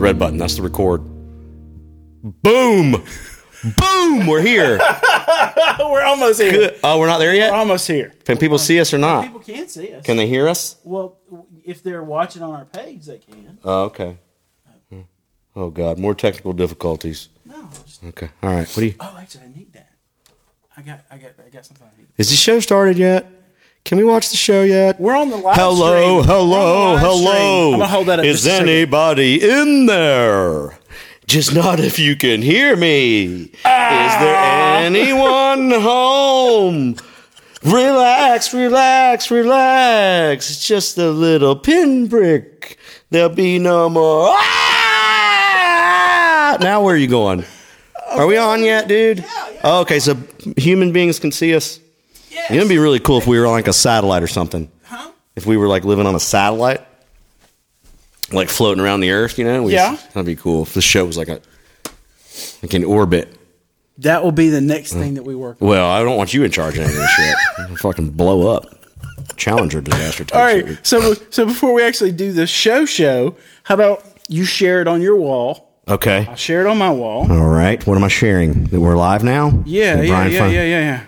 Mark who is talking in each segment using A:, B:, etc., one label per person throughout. A: red button. That's the record. Boom! Boom! We're here.
B: we're almost here.
A: Oh, we're not there
B: We're
A: yet?
B: almost here.
A: Can people see us or not?
C: People can see us.
A: Can they hear us?
C: Well, if they're watching on our page, they can.
A: Oh, okay. Oh, God. More technical difficulties.
C: No. Just,
A: Okay. All right. What do you.
C: oh, actually, I need that. I got, I got, I got something I need.
A: Is the show started yet? Can we watch the show yet?
B: We're on the live
A: Hello,
B: stream. We're
A: hello,
B: on the live
A: hello.
B: stream. I'm gonna hold that up.
A: Is
B: just a second.
A: anybody in there? Just not if you can hear me. Is there
B: Ah.
A: anyone home? Relax, relax, relax. It's just a little pinprick. There'll be no more. Ah! Now, where are you going? Are we on yet, dude? Oh, okay, so human beings can see us.
C: Yes.
A: It'd be really cool if we were on like a satellite or something.
C: Huh?
A: If we were like living on a satellite, like floating around the Earth, you know? We-
B: Yeah.
A: that'd be cool. If the show was like a like in orbit.
C: That will be the next thing that we work on.
A: Well, I don't want you in charge of any of this shit. It'll fucking blow up. Challenger disaster. Type
B: All right.
A: shit.
B: So so before we actually do the show show, how about you share it on your wall?
A: Okay.
B: I share it on my wall.
A: All right. What am I sharing? That we're live now?
B: Yeah,
A: That
B: yeah,
A: Brian
B: yeah,
A: Fun-
B: yeah, yeah, yeah.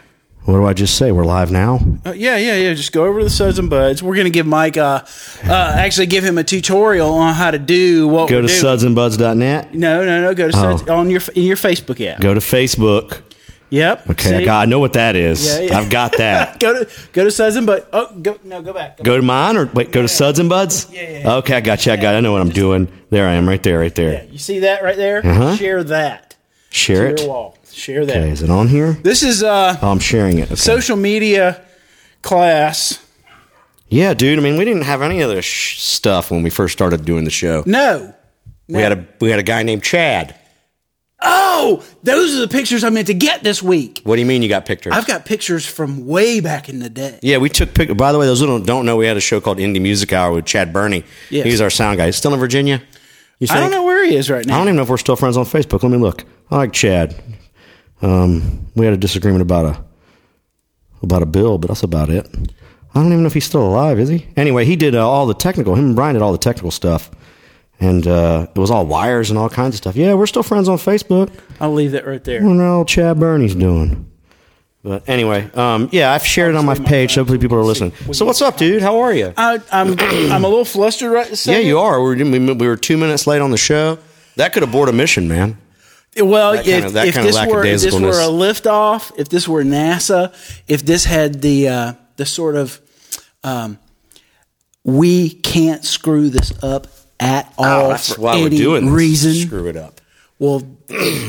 A: What do I just say? We're live now?
B: Uh, yeah, yeah, yeah. Just go over to the Suds and Buds. We're gonna give Mike uh, uh actually give him a tutorial on how to do what.
A: Go
B: we're
A: to
B: doing.
A: sudsandbuds.net.
B: No, no, no. Go to
A: Oh.
B: Suds on your in your Facebook app.
A: Go to Facebook.
B: Yep.
A: Okay. I,
B: see?
A: got, I know what that is.
B: Yeah, yeah.
A: I've got that.
B: Go to go to Suds and Buds. Oh, go no, go back. Go
A: Go to mine or wait, go to Suds and Buds?
B: Yeah, yeah, yeah.
A: Okay, I got you. I got I know what I'm doing. There I am, right there, right there.
B: back. You see that right there?
A: Uh-huh.
B: Share that.
A: Share
B: Your
A: it.
B: wall. Share that.
A: Okay, is it on here?
B: This is uh
A: Oh, I'm sharing it. Okay.
B: social media class.
A: yeah, dude. I mean, we didn't have any of this sh- stuff when we first started doing the show.
B: No.
A: We had a we had a guy named Chad.
B: Oh, those are the pictures I meant to get this week.
A: What do you mean you got pictures?
B: I've got pictures from way back in the day.
A: yeah, we took pictures. By the way, those who don't, don't know, we had a show called Indie Music Hour with Chad Burney.
B: Yes.
A: He's our sound guy. He's still in Virginia. You
B: I don't
A: think?
B: know where he is right
A: I
B: now.
A: don't even know if we're still friends on Facebook. Let me look. I like Chad. Um, we had a disagreement about a about a bill, but that's about it. I don't even know if he's still alive. Is he? Anyway, he did uh, all the technical. Him and Brian did all the technical stuff, and uh, it was all wires and all kinds of stuff. Yeah, we're still friends on Facebook.
B: I'll leave that right there.
A: I don't know how Chad Burney's doing. But anyway, um, yeah, I've shared it on my page. Hopefully, people are listening. So, what's up, dude? How are you?
B: I, I'm I'm a little flustered right this
A: Yeah, you are. We were, we were two minutes late on the show. That could abort a mission, man.
B: Well, if,
A: kind of- that
B: if
A: kind of
B: this were if this were a
A: lackadaisicalness.
B: liftoff, if this were NASA, if this had the uh, the sort of um, we can't screw this up at all.
A: Oh, That's
B: for
A: why
B: any
A: we're doing this.
B: reason.
A: Screw it up.
B: Well,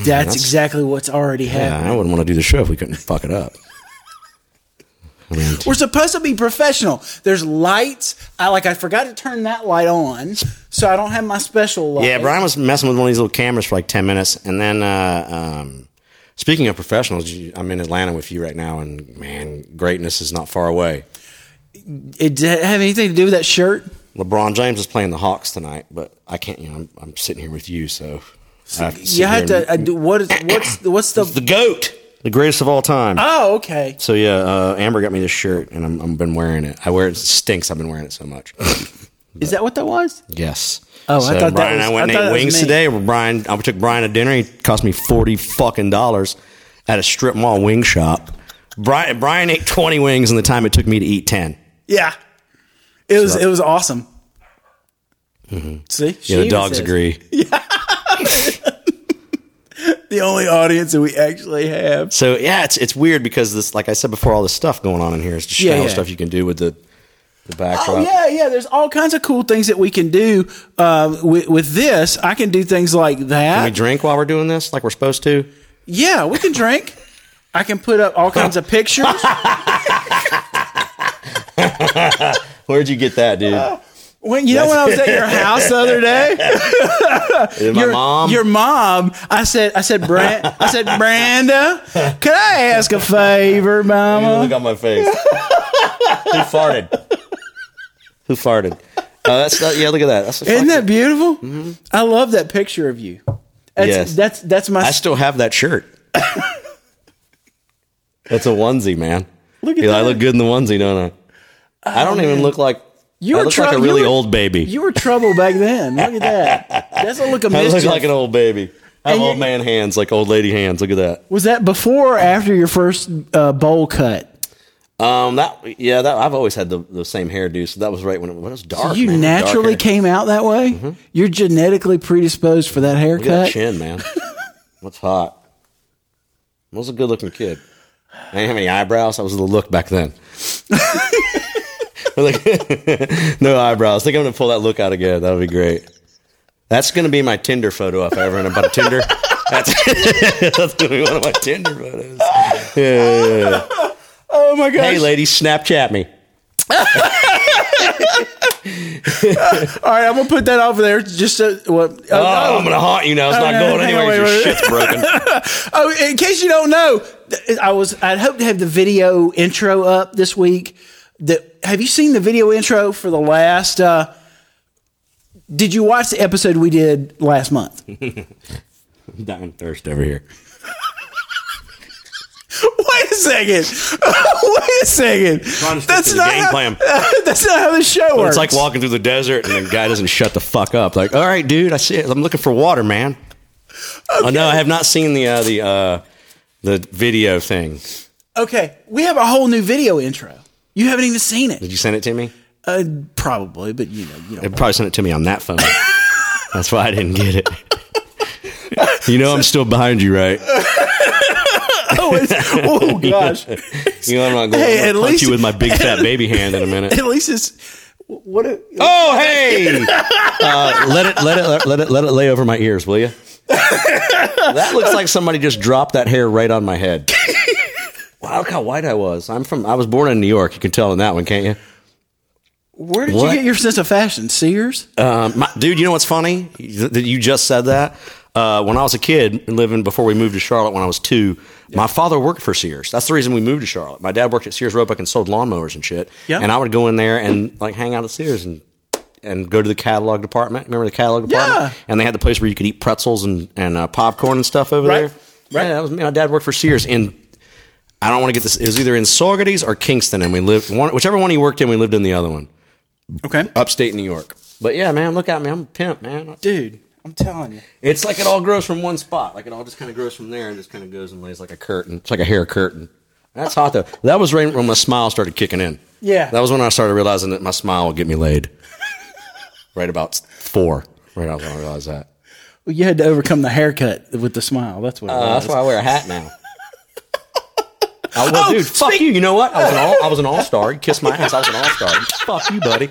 B: that's, exactly what's already happened.
A: Yeah, I wouldn't want to do the show if we couldn't fuck it up.
B: We're supposed to be professional. There's lights. I like I forgot to turn that light on, so I don't have my special light.
A: Yeah, Brian was messing with one of these little cameras for like ten minutes, and then uh, um, speaking of professionals, you- I'm in Atlanta with you right now, and man, greatness is not far away.
B: It did it have anything to do with that shirt?
A: LeBron James is playing the Hawks tonight, but I can't. You know, I'm, I'm sitting here with you, so I have to uh, sit
B: You had
A: here
B: to. I do, what is what's what's
A: and-
B: the?
A: the goat, the greatest of all time.
B: Oh, okay.
A: so yeah, uh, Amber got me this shirt, and I'm, I've been wearing it. I wear it. It stinks. I've been wearing it so much.
B: Is that what that was?
A: Yes.
B: Oh, I
A: so
B: thought that
A: Brian and I
B: was-
A: went and
B: I thought
A: ate
B: that was
A: wings
B: me.
A: today. Brian, I took Brian to dinner. He cost me forty fucking dollars at a strip mall wing shop. Brian Brian ate twenty wings in the time it took me to eat ten.
B: Yeah. It was it was awesome. See?
A: Mm-hmm. Yeah, the dogs agree.
B: The only audience that we actually have.
A: So yeah, it's it's weird because this, like I said before, all this stuff going on in here is just
B: Yeah,
A: all
B: yeah.
A: stuff you can do with the the backdrop.
B: Oh yeah, yeah. There's all kinds of cool things that we can do uh, with, with this. I can do things like that.
A: Can we drink while we're doing this, like we're supposed to?
B: yeah, we can drink. I can put up all kinds of pictures.
A: Where'd you get that, dude?
B: When you know when I was at your house the other day,
A: Is it my
B: your
A: mom?
B: your mom. I said, I said, Brand, I said, Branda, could I ask a favor, Mama?
A: Look at my face. Who farted? Who farted? Uh, that's not, yeah. Look at that. That's a
B: Isn't
A: fucking-
B: that beautiful? I love that picture of you. That's,
A: Mm-hmm. Yes.
B: that's that's my.
A: I still have that shirt. That's a onesie, man.
B: Look at
A: Yeah, I
B: that. Oh,
A: look good in the onesie, don't I? I don't even look like
B: You
A: I
B: were
A: look like
B: trou-
A: a really
B: you were-
A: old baby.
B: You were trouble back then. Look at that. That's a look of
A: I look
B: mischief.
A: like an old baby. I have
B: And you-
A: old man hands, like old lady hands. Look at that.
B: was that before or after your first uh, bowl cut?
A: Um, that yeah, that I've always had the, the same hairdo, so that was right when it, when it was dark.
B: you
A: man, dark
B: naturally
A: hair. Mm-hmm.
B: came out that way. You're genetically predisposed for that
A: Look at that
B: haircut.
A: chin, man. What's hot? I was a good looking kid. I didn't have any eyebrows. That was the look back then. Like, no eyebrows. I think I'm gonna pull that look out again. That would be great. That's gonna be my Tinder photo if I ever end up on Tinder. That's, that's gonna be one of my Tinder photos.
B: Oh my gosh!
A: Hey, ladies, Snapchat me.
B: All right, I'm gonna put that over there. Just so, what?
A: Oh, I'm gonna haunt you now. It's not
B: Okay,
A: going
B: hang on,
A: anywhere.
B: Oh, wait,
A: Your
B: wait.
A: shit's broken.
B: Oh, in case you don't know, th- I was I'd hope to have the video intro up this week. That have you seen the video intro for the last? Uh, did you watch the episode we did last month?
A: Hmm. Dying of thirst over here.
B: Wait a second! Wait a second!
A: Trying to stick to the game
B: how,
A: plan.
B: That's not how the show works.
A: It's like walking through the desert and the guy doesn't shut the fuck up. Like, all right, dude, I see it. I'm looking for water, man. Oh no, I have not seen the uh, the uh, the video thing.
B: okay, we have a whole new video intro. You haven't even seen it,
A: Did you send it to me?
B: uh, probably, but you know, you know.
A: They probably sent it to me on that phone. That's why I didn't get it. You know I'm still behind you, right?
B: Oh, it's, oh gosh!
A: You know I'm not going
B: Hey,
A: to
B: at
A: punch
B: least-
A: you with my big fat baby hand in a minute.
B: At least it's what? A,
A: Oh hey! Uh, let it let it let it let it lay over my ears, will you? that looks like somebody just dropped that hair right on my head. Wow, look how white I was. I'm from. I was born in New York. You can tell in that one, can't you?
B: Where did
A: What?
B: you get your sense of fashion? Sears?
A: Um, my, dude, you know what's funny? You you just said that. Uh, when I was a kid, living before we moved to Charlotte, when I was two, my father worked for Sears. That's the reason we moved to Charlotte. My dad worked at Sears Roebuck and sold lawnmowers and shit.
B: Yeah.
A: And I would go in there and like hang out at Sears and and go to the catalog department. Remember the catalog department?
B: Yeah.
A: And they had the place where you could eat pretzels and and uh, popcorn and stuff over
B: Right.
A: there. Yeah, that was me. My dad worked for Sears in. I don't want to get this. It was either in Saugerties or Kingston, and we lived one, whichever one he worked in. We lived in the other one
B: Okay.
A: upstate New York. But yeah, man, look at me. I'm a pimp, man.
B: Dude, I'm telling you.
A: It's like it all grows from one spot. Like it all just kind of grows from there and just kind of goes and lays like a curtain. It's like a hair curtain. That's hot though. That was right when my smile started kicking in.
B: Yeah.
A: That was when I started realizing that my smile would get me laid. right about four. Right when I realized that.
B: Well, you had to overcome the haircut with the smile. That's what it
A: Uh,
B: was.
A: that's why I wear a hat now. Oh, I, well, dude, fuck you. You know what? I was an all. I was an all star. You kissed my ass. I was an all star. Fuck you, buddy.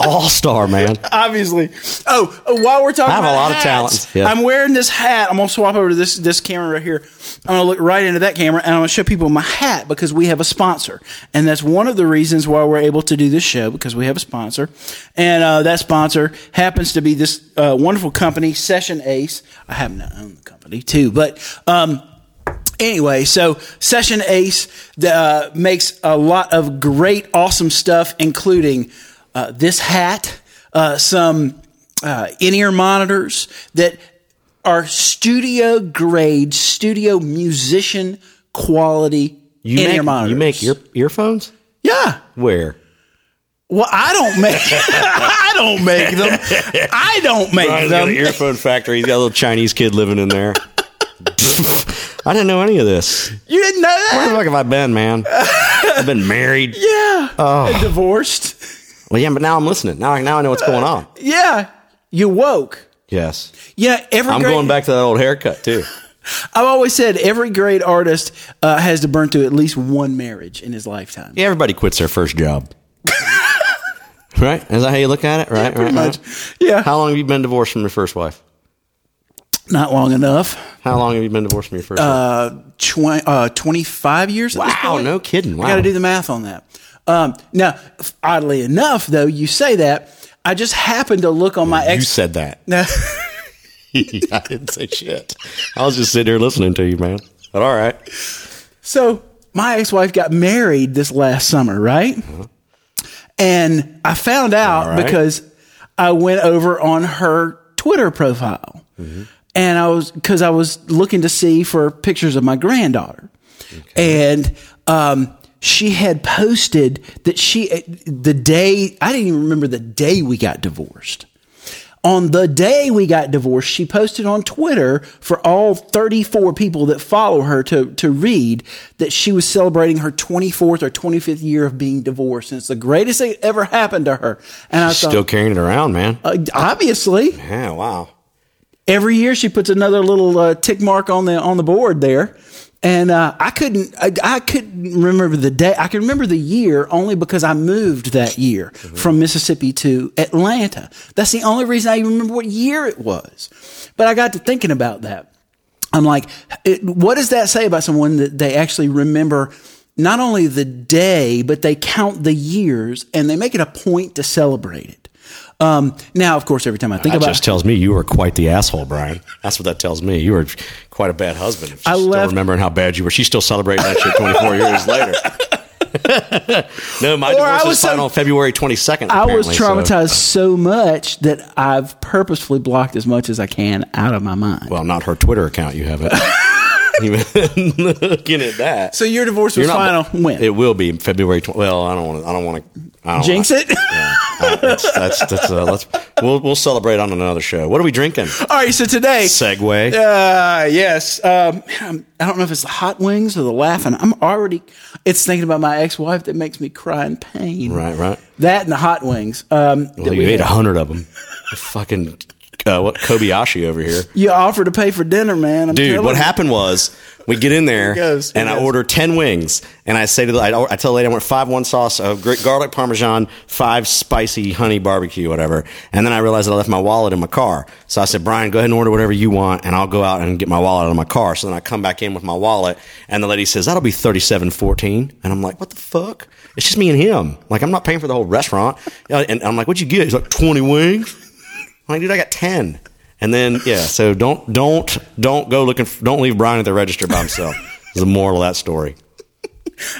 A: All star, man.
B: Obviously. Oh, oh, while we're talking
A: I have a
B: about
A: lot of
B: hats,
A: talents. Yeah.
B: I'm wearing this hat. I'm going to swap over to this, this camera right here. I'm going to look right into that camera and I'm going to show people my hat because we have a sponsor. And that's one of the reasons why we're able to do this show because we have a sponsor. And uh, that sponsor happens to be this uh, wonderful company, Session Ace. I happen to own the company too, but. Um, Anyway, so Session Ace uh, makes a lot of great, awesome stuff, including uh, this hat, uh, some uh, in ear monitors that are studio grade, studio musician quality
A: You
B: in ear
A: make,
B: monitors.
A: you make your earphones?
B: yeah.
A: Where?
B: Well, I don't make. I don't make them. I don't make
A: Brian's got
B: them.
A: an earphone factory. He's got a little Chinese kid living in there. I didn't know any of this.
B: You didn't know that?
A: Where the fuck have I been, man? I've been married.
B: Yeah.
A: Oh.
B: Divorced.
A: Well, yeah, but now I'm listening. Now, I- now I know what's going on.
B: Yeah. You woke.
A: Yes,
B: Yeah. Every
A: I'm
B: grade-
A: going back to that old haircut too.
B: I've always said every great artist uh, has to burn through at least one marriage in his lifetime.
A: Yeah, everybody quits their first job, right? Is that how you look at it? Right, right,
B: pretty
A: right.
B: much. Yeah,
A: How long have you been divorced from your first wife?
B: not long enough.
A: How long have you been divorced from your first? wife?
B: Twen- uh, Twenty-five years. Wow,
A: Wow, no kidding. Wow.
B: I got to do the math on that. Um, now, f- oddly enough, though, you say that, I just happened to look on my
A: you
B: ex.
A: said that.
B: No.
A: I didn't say shit. I was just sitting here listening to you, man. But all right.
B: So my ex-wife got married this last summer, right? And I found out
A: Uh-huh. All right.
B: because I went over on her Twitter profile. And I was cuz I was looking to see for pictures of my granddaughter. And um she had posted that she the day I didn't even remember the day we got divorced. On the day we got divorced, she posted on Twitter for all 34 people that follow her to, to read that she was celebrating her 24th or 25th year of being divorced. And it's the greatest thing that ever happened to her. And I thought,
A: Still carrying it around, man.
B: uh, obviously,
A: Yeah, wow.
B: every year she puts another little uh, tick mark on the on the board there and uh, i couldn't I, I couldn't remember the day i can remember the year only because i moved that year from mississippi to atlanta that's the only reason i even remember what year it was but i got to thinking about that i'm like it, what does that say about someone that they actually remember not only the day but they count the years and they make it a point to celebrate it um, now of course every time i think
A: That
B: about it.
A: just tells me you were quite the asshole, Brian. That's what that tells me. You were quite a bad husband. If she's
B: I
A: still
B: left-
A: remembering how bad you were. She's still celebrating that shit 24 years later. no, my divorce
B: I
A: was,
B: was so-
A: signed on February 22nd.
B: I was
A: apparently, so-
B: traumatized so. much that I've purposefully blocked as much as I can out of my mind.
A: Well, not her Twitter account. You haven't even looking at that.
B: so your divorce
A: You're
B: was
A: not-
B: final win.
A: It will be February. Tw- well, I don't want to. I don't want to
B: Jinx it.
A: That's that's, that's uh, let's we'll we'll celebrate on another show. What are we drinking?
B: All right, so today,
A: Segway.
B: uh, yes, um, I'm- I don't know if it's the hot wings or the laughing. I'm already. It's thinking about my ex-wife that makes me cry in pain.
A: Right, right.
B: That and the hot wings. Um, that
A: Well,
B: we
A: you ate
B: had.
A: a hundred of them. Fucking uh, what Kobayashi over here,
B: You offered to pay for dinner, man. I'm
A: dude.
B: telling
A: What
B: you.
A: happened was we get in there
B: Here goes, here
A: and I
B: goes.
A: order ten wings, and I say to the, I, I tell the lady I want five one sauce of gr- garlic parmesan, five spicy honey barbecue, whatever. And then I realized that I left my wallet in my car, so I said, Brian, go ahead and order whatever you want, and I'll go out and get my wallet out of my car. So then I come back in with my wallet, and the lady says, "That'll be thirty-seven fourteen, and I'm like, "What the fuck?" It's just me and him. Like I'm not paying for the whole restaurant, and I'm like, "What'd you get?" He's like, 20 wings." I'm like, dude, I got ten. And then yeah, so don't don't don't go looking. For, don't leave Brian at the register by himself. is the moral of that story.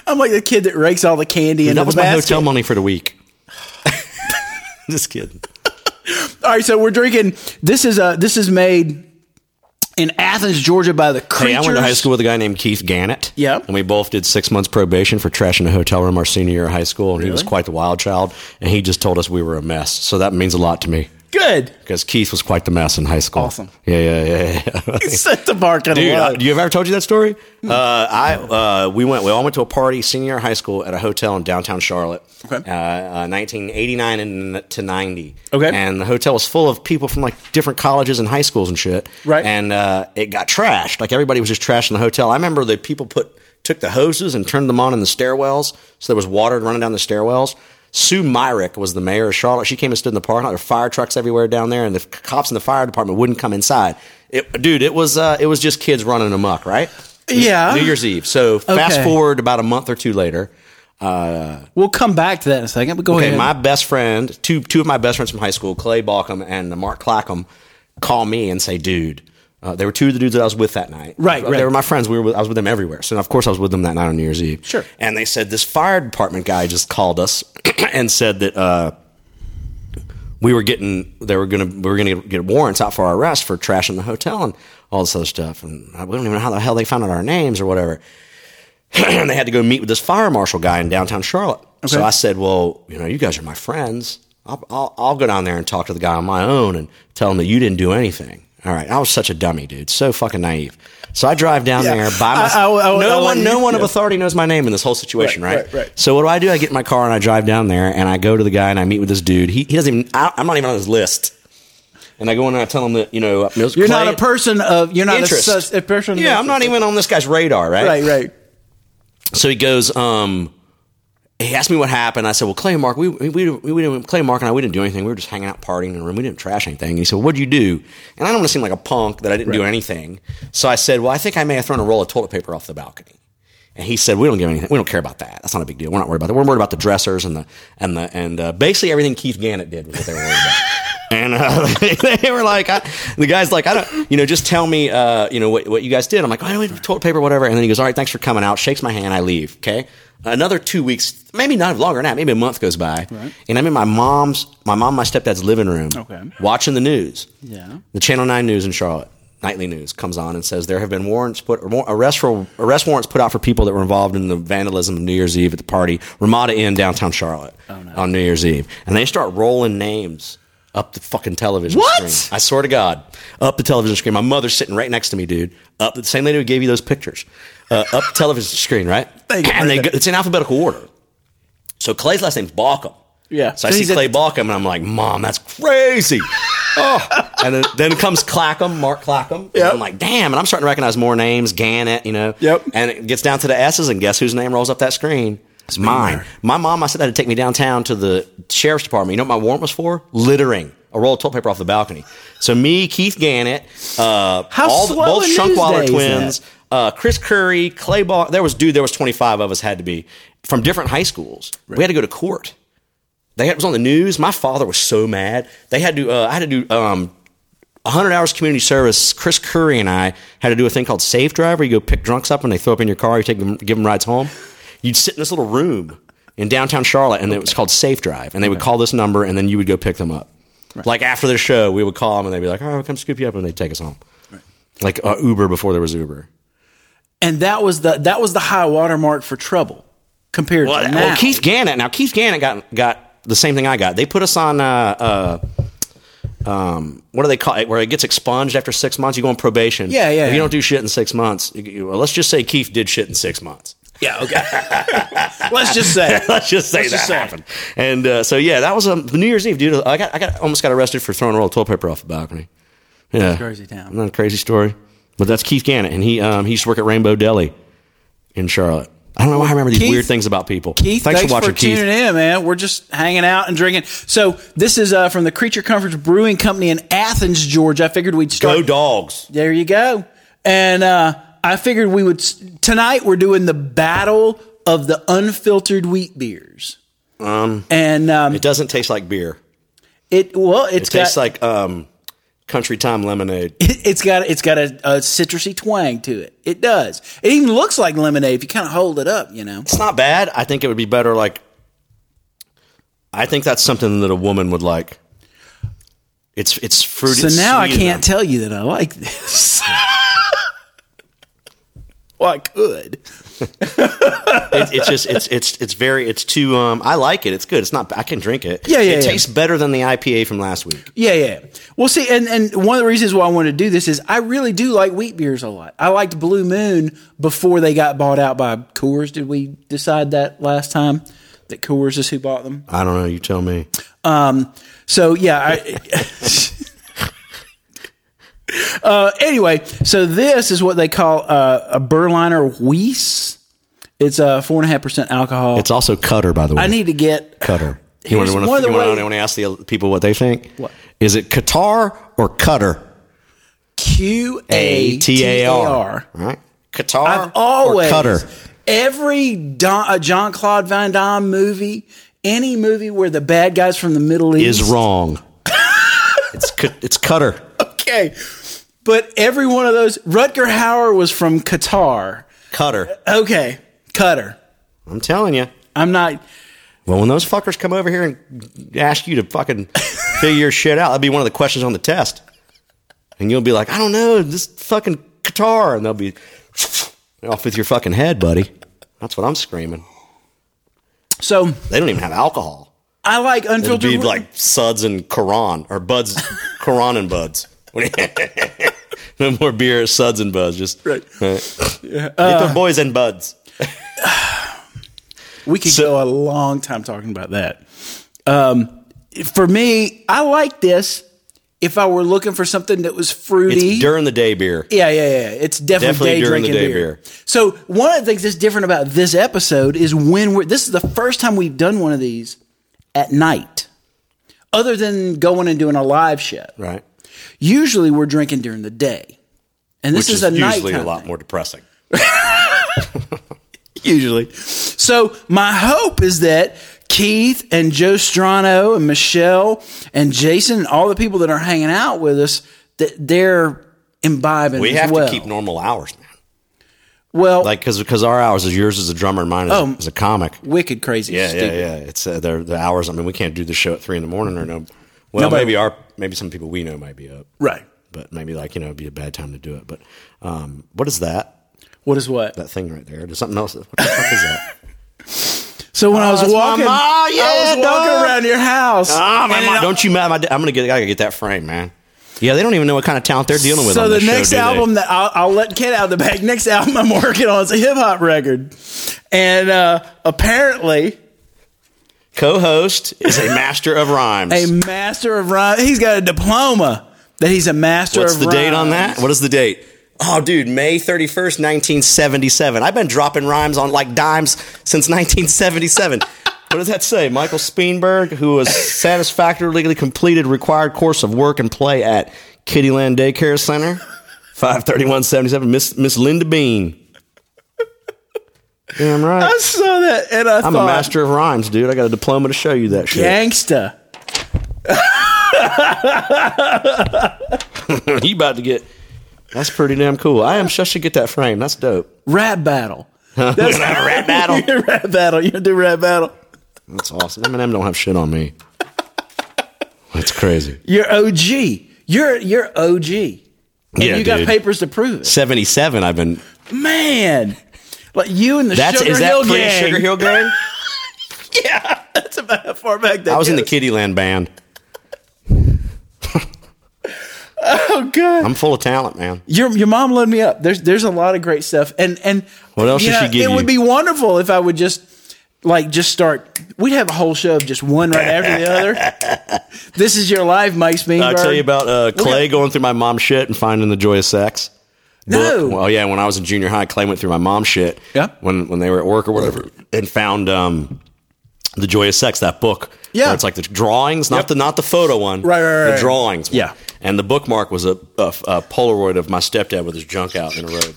B: I'm like the kid that rakes all the candy into
A: that was
B: the
A: my
B: basket.
A: hotel money for the week. Just kidding.
B: All right, so we're drinking. This is uh this is made in Athens, Georgia, by the creatures.
A: Hey, I went to high school with a guy named Keith Gannett.
B: Yeah.
A: And we both did six months probation for trashing a hotel room our senior year of high school. And he was quite the wild child. And he just told us we were a mess. So that means a lot to me
B: Good.
A: because Keith was quite the mess in high school.
B: Awesome.
A: Yeah, yeah, yeah, yeah.
B: Set the bar kind
A: Dude,
B: of
A: I,
B: low.
A: do you ever told you that story? Uh, I uh, we went we all went to a party senior year of high school at a hotel in downtown Charlotte.
B: Okay.
A: Uh, uh, 1989 and to 90.
B: Okay.
A: And the hotel was full of people from like different colleges and high schools and shit.
B: Right.
A: And uh, it got trashed. Like everybody was just trashing the hotel. I remember the people put took the hoses and turned them on in the stairwells, so there was water running down the stairwells. Sue Myrick was the mayor of Charlotte. She came and stood in the parking lot. There were fire trucks everywhere down there, and the cops and the fire department wouldn't come inside. It, dude, it was uh, it was just kids running amok, right?
B: Yeah.
A: New Year's Eve. So fast
B: Okay.
A: forward about a month or two later,
B: We'll come back to that in a second, but go
A: Okay,
B: ahead.
A: my best friend, two two of my best friends from high school, Clay Balkum and Mark Clackham, call me and say, "Dude." Uh, they were two of the dudes that I was with that night.
B: Right,
A: they
B: right.
A: were my friends. We were with, I was with them everywhere. So of course I was with them that night on New Year's Eve.
B: Sure.
A: And they said this fire department guy just called us and said that uh, we were getting they were gonna we were gonna get warrants out for our arrest for trashing the hotel and all this other stuff. And I we don't even know how the hell they found out our names or whatever. and they had to go meet with this fire marshal guy in downtown Charlotte. So
B: Okay.
A: I said, "Well, you know, you guys are my friends. I'll, I'll, I'll go down there and talk to the guy on my own and tell him that you didn't do anything." All right, I was such a dummy, dude. So fucking naive. So I drive down there by
B: I-
A: myself.
B: I- I- I
A: no
B: like
A: one, no
B: you.
A: one of
B: Yeah.
A: authority knows my name in this whole situation,
B: Right,
A: right?
B: right, right.
A: So what do I do? I get in my car and I drive down there and I go to the guy and I meet with this dude. He, he doesn't even. I, I'm not even on his list. And I go in and I tell him that you know
B: you're not a person of you're not a,
A: Interest.
B: sus, a person.
A: Yeah,
B: of-
A: I'm not even on this guy's radar, right?
B: Right, right.
A: So he goes, um, he asked me what happened. I said, well, Clay and Mark, we, we, we, we didn't, Clay and Mark and I, we didn't do anything. We were just hanging out, partying in the room. We didn't trash anything. And he said, what'd you do? And I don't want to seem like a punk that I didn't do anything. So I said, well, I think I may have thrown a roll of toilet paper off the balcony. And he said, we don't give anything. We don't care about that. That's not a big deal. We're not worried about that. We're worried about the dressers and the, and the, and, uh, basically everything Keith Gannett did was what they were worried about. And uh, they were like, I, the guy's like, I don't, you know, just tell me, uh, you know, what, what you guys did. I'm like, "Oh, I don't need toilet paper, whatever. And then he goes, all right, thanks for coming out. Shakes my hand. I leave. Okay. Another two weeks, maybe not longer than that, maybe a month goes by. And I'm in my mom's, my mom, and my stepdad's living room
B: Okay.
A: watching the news.
B: Yeah.
A: The Channel 9 news in Charlotte. Nightly News comes on and says there have been warrants put or war- arrest for, arrest warrants put out for people that were involved in the vandalism of New Year's Eve at the party Ramada Inn downtown Charlotte
B: Oh,
A: on New Year's Eve, and they start rolling names up the fucking television
B: What?
A: screen. I swear to God, up the television screen. My mother's sitting right next to me, dude. Up the same lady who gave you those pictures. Uh, up the television screen, right?
B: Thank you.
A: and they go, it's in alphabetical order. So Clay's last name's Balkum.
B: Yeah.
A: So I
B: So
A: see
B: he's at-
A: Clay Balkum and I'm like, Mom, that's crazy. oh. And then, then comes Clackham, Mark Clackham. Yeah.
B: Yep.
A: I'm like, damn. And I'm starting to recognize more names, Gannett, you know.
B: Yep.
A: And it gets down to the S's, and guess whose name rolls up that screen? It's mine. My mom, I said that to take me downtown to the sheriff's department. You know what my warrant was for? Littering. A roll of toilet paper off the balcony. So me, Keith Gannett, uh,
B: How
A: all the,
B: swell
A: both
B: a news day
A: Shunkwaller
B: is
A: twins, uh, Chris Curry, Clay Ball. There was dude. There was twenty five of us had to be from different high schools. We had to go to court. They had, it was on the news. My father was so mad. They had to. Uh, I had to do um, 100 hours community service. Chris Curry and I had to do a thing called safe drive, where you go pick drunks up and they throw up in your car. You take them, give them rides home. You'd sit in this little room in downtown Charlotte, and it was called safe drive. And they would call this number, and then you would go pick them up. Like after their show, we would call them, and they'd be like, "All right, we'll come scoop you up," and they'd take us home. Like uh, Uber before there was Uber.
B: And that was the that was the high watermark for trouble compared
A: Well,
B: to now.
A: well, Keith Gannett. Now Keith Gannett got got the same thing I got. They put us on. Uh, uh, um, what do they call it? Where it gets expunged after six months, you go on probation.
B: Yeah, yeah,
A: If you
B: yeah.
A: don't do shit in six months, you- you- well, let's just say Keith did shit in six months.
B: yeah, okay. Let's just say
A: Let's just say
B: Let's
A: that
B: just say it.
A: happened. And uh, so yeah, that was um, New Year's Eve, dude. I got I got almost got arrested for throwing a roll of toilet paper off the balcony. Yeah,
B: crazy town.
A: Isn't that a crazy story? But that's Keith Gannett, and he um, he used to work at Rainbow Deli in Charlotte. I don't know why I remember these
B: Keith-
A: weird things about people.
B: Keith, thanks, for, tuning in, man. We're just hanging out and drinking. So this is uh, from the Creature Comforts Brewing Company in Athens, Georgia. I figured we'd start.
A: Go dogs.
B: There you go. And uh, I figured we would tonight. We're doing the battle of the unfiltered wheat beers. Um, and um,
A: It doesn't taste like beer.
B: it well, it's
A: It tastes
B: got,
A: like um, country time lemonade.
B: it, has got it's got a, a citrusy twang to it. It does. It even looks like lemonade if you kind of hold it up. You know.
A: It's not bad. I think it would be better. Like, I think that's something that a woman would like. It's it's fruity.
B: So
A: it's
B: now I
A: sweet.
B: can't tell you that I like this. well, I could.
A: It- it's just it's it's it's very it's too. Um, I like it. It's good. It's not. I can drink it.
B: Yeah, yeah,
A: It
B: yeah.
A: tastes better than the IPA from last week.
B: Yeah, yeah. Well, see, and, and one of the reasons why I wanted to do this is I really do like wheat beers a lot. I liked Blue Moon before they got bought out by Coors. Did we decide that last time? That Coors is who bought them?
A: I don't know. You tell me.
B: So yeah. I, uh, anyway, so this is what they call uh, a Berliner Weiss. It's a four and a half percent alcohol.
A: It's also cutter, by the way.
B: I need to get
A: cutter. You want
B: Here's
A: to
B: one of the ways-
A: want to ask the other people what they think?
B: What?
A: is it? Qatar or cutter?
B: Q A T A R.
A: Right. Qatar.
B: I've always
A: or cutter.
B: every Don, uh, John Claude Van Damme movie, any movie where the bad guys from the Middle East
A: is wrong. it's cu- it's Cutter.
B: Okay, but every one of those. Rutger Hauer was from Qatar.
A: Cutter.
B: Okay, Qatar.
A: I'm telling you.
B: I'm not.
A: Well, when those fuckers come over here and ask you to fucking figure shit out, that'll be one of the questions on the test. And you'll be like, I don't know, this fucking Qatar, and they'll be off with your fucking head, buddy. That's what I'm screaming.
B: So
A: They don't even have alcohol.
B: I like
A: It'll
B: unfiltered.
A: be like suds and Quran or buds, Quran and buds. no more beer, suds and buds. Just
B: Right. Uh,
A: right. get the boys and buds.
B: we could go a long time talking about that. Um, for me, I like this. If I were looking for something that was fruity,
A: It's during the day beer.
B: Yeah, yeah, yeah. It's definitely,
A: Definitely
B: day
A: during the
B: drinking
A: day
B: beer.
A: beer.
B: So one of the things that's different about this episode is when we're. This is the first time we've done one of these at night, other than going and doing a live show.
A: Right.
B: Usually we're drinking during the day, and this
A: which
B: is, a
A: usually
B: nighttime
A: a lot
B: thing.
A: more depressing.
B: Usually, so my hope is that. Keith and Joe Strano and Michelle and Jason and all the people that are hanging out with us that they're imbibing.
A: We
B: as
A: have
B: well.
A: to keep normal hours, man.
B: well,
A: Like because our hours is yours as a drummer and mine is,
B: Oh.
A: is a comic.
B: wicked crazy.
A: Yeah,
B: stupid.
A: yeah, yeah. It's uh, they're- the hours. I mean, we can't do the show at three in the morning or no. Well,
B: Nobody-
A: maybe our maybe some people we know might be up,
B: Right.
A: but maybe like you know it'd be a bad time to do it. But um, what is that?
B: What is what?
A: That thing right there? There's something else. What the fuck is that?
B: So when I was
A: Oh, that's my
B: walking,
A: ma.
B: I
A: Yeah,
B: was walking
A: dog.
B: around your house.
A: Ah, my
B: and
A: mom,
B: it-
A: don't you mad? My, da- I'm gonna get. I gotta get that frame, man. Yeah, they don't even know what kind of talent they're dealing with.
B: So
A: on
B: the
A: this show,
B: next
A: do they?
B: album that I'll, I'll let Ken out of the bag. Next album I'm working on is a hip hop record, and uh, apparently
A: co-host is a master of rhymes.
B: a master of rhyme. He's got a diploma that he's a master
A: What's
B: of
A: the date on
B: rhymes.
A: that? What is the date? Oh, dude, May 31st, 1977. I've been dropping rhymes on like dimes since 1977. what does that say? Michael Speenberg, who has satisfactorily completed required course of work and play at Kittyland Daycare Center, 53177, Miss, Miss Linda Bean. Damn right.
B: I saw that and I
A: I'm
B: thought,
A: a master of rhymes, dude. I got a diploma to show you that shit.
B: gangsta.
A: you about to get. That's pretty damn cool. I am. I should get that frame. That's dope.
B: rap battle. That's
A: a rap battle.
B: You're gonna rap battle. You're gonna do rap battle.
A: That's awesome. Eminem don't have shit on me. That's crazy.
B: You're OG. You're you're OG. And
A: Yeah,
B: you got
A: dude.
B: papers to prove it.
A: Seventy-seven. I've been.
B: Man. Like you and the
A: That's
B: Sugar
A: is that
B: Hill
A: pre
B: gang.
A: Sugar Hill Gang?
B: Yeah, that's about how far back that
A: I was in the
B: goes.
A: Kittyland band.
B: Oh god.
A: I'm full of talent, man.
B: Your your mom loaded me up. There's there's a lot of great stuff. And and
A: What else
B: you
A: did she
B: know,
A: give
B: It
A: you?
B: would be wonderful if I would just like just start. We'd have a whole show of just one right after the other. this is your life, Mike Speenberg.
A: I tell you about uh, Clay going through my mom's shit and finding the joy of sex.
B: No.
A: Well, yeah. When I was in junior high, Clay went through my mom's shit.
B: Yeah.
A: When when they were at work or whatever, and found um, the joy of sex that book.
B: Yeah.
A: Where it's like the drawings, not the not the photo one.
B: Right, right, right,
A: The
B: right.
A: drawings. one.
B: Yeah.
A: And the bookmark was a, a, a Polaroid of my stepdad with his junk out in a robe.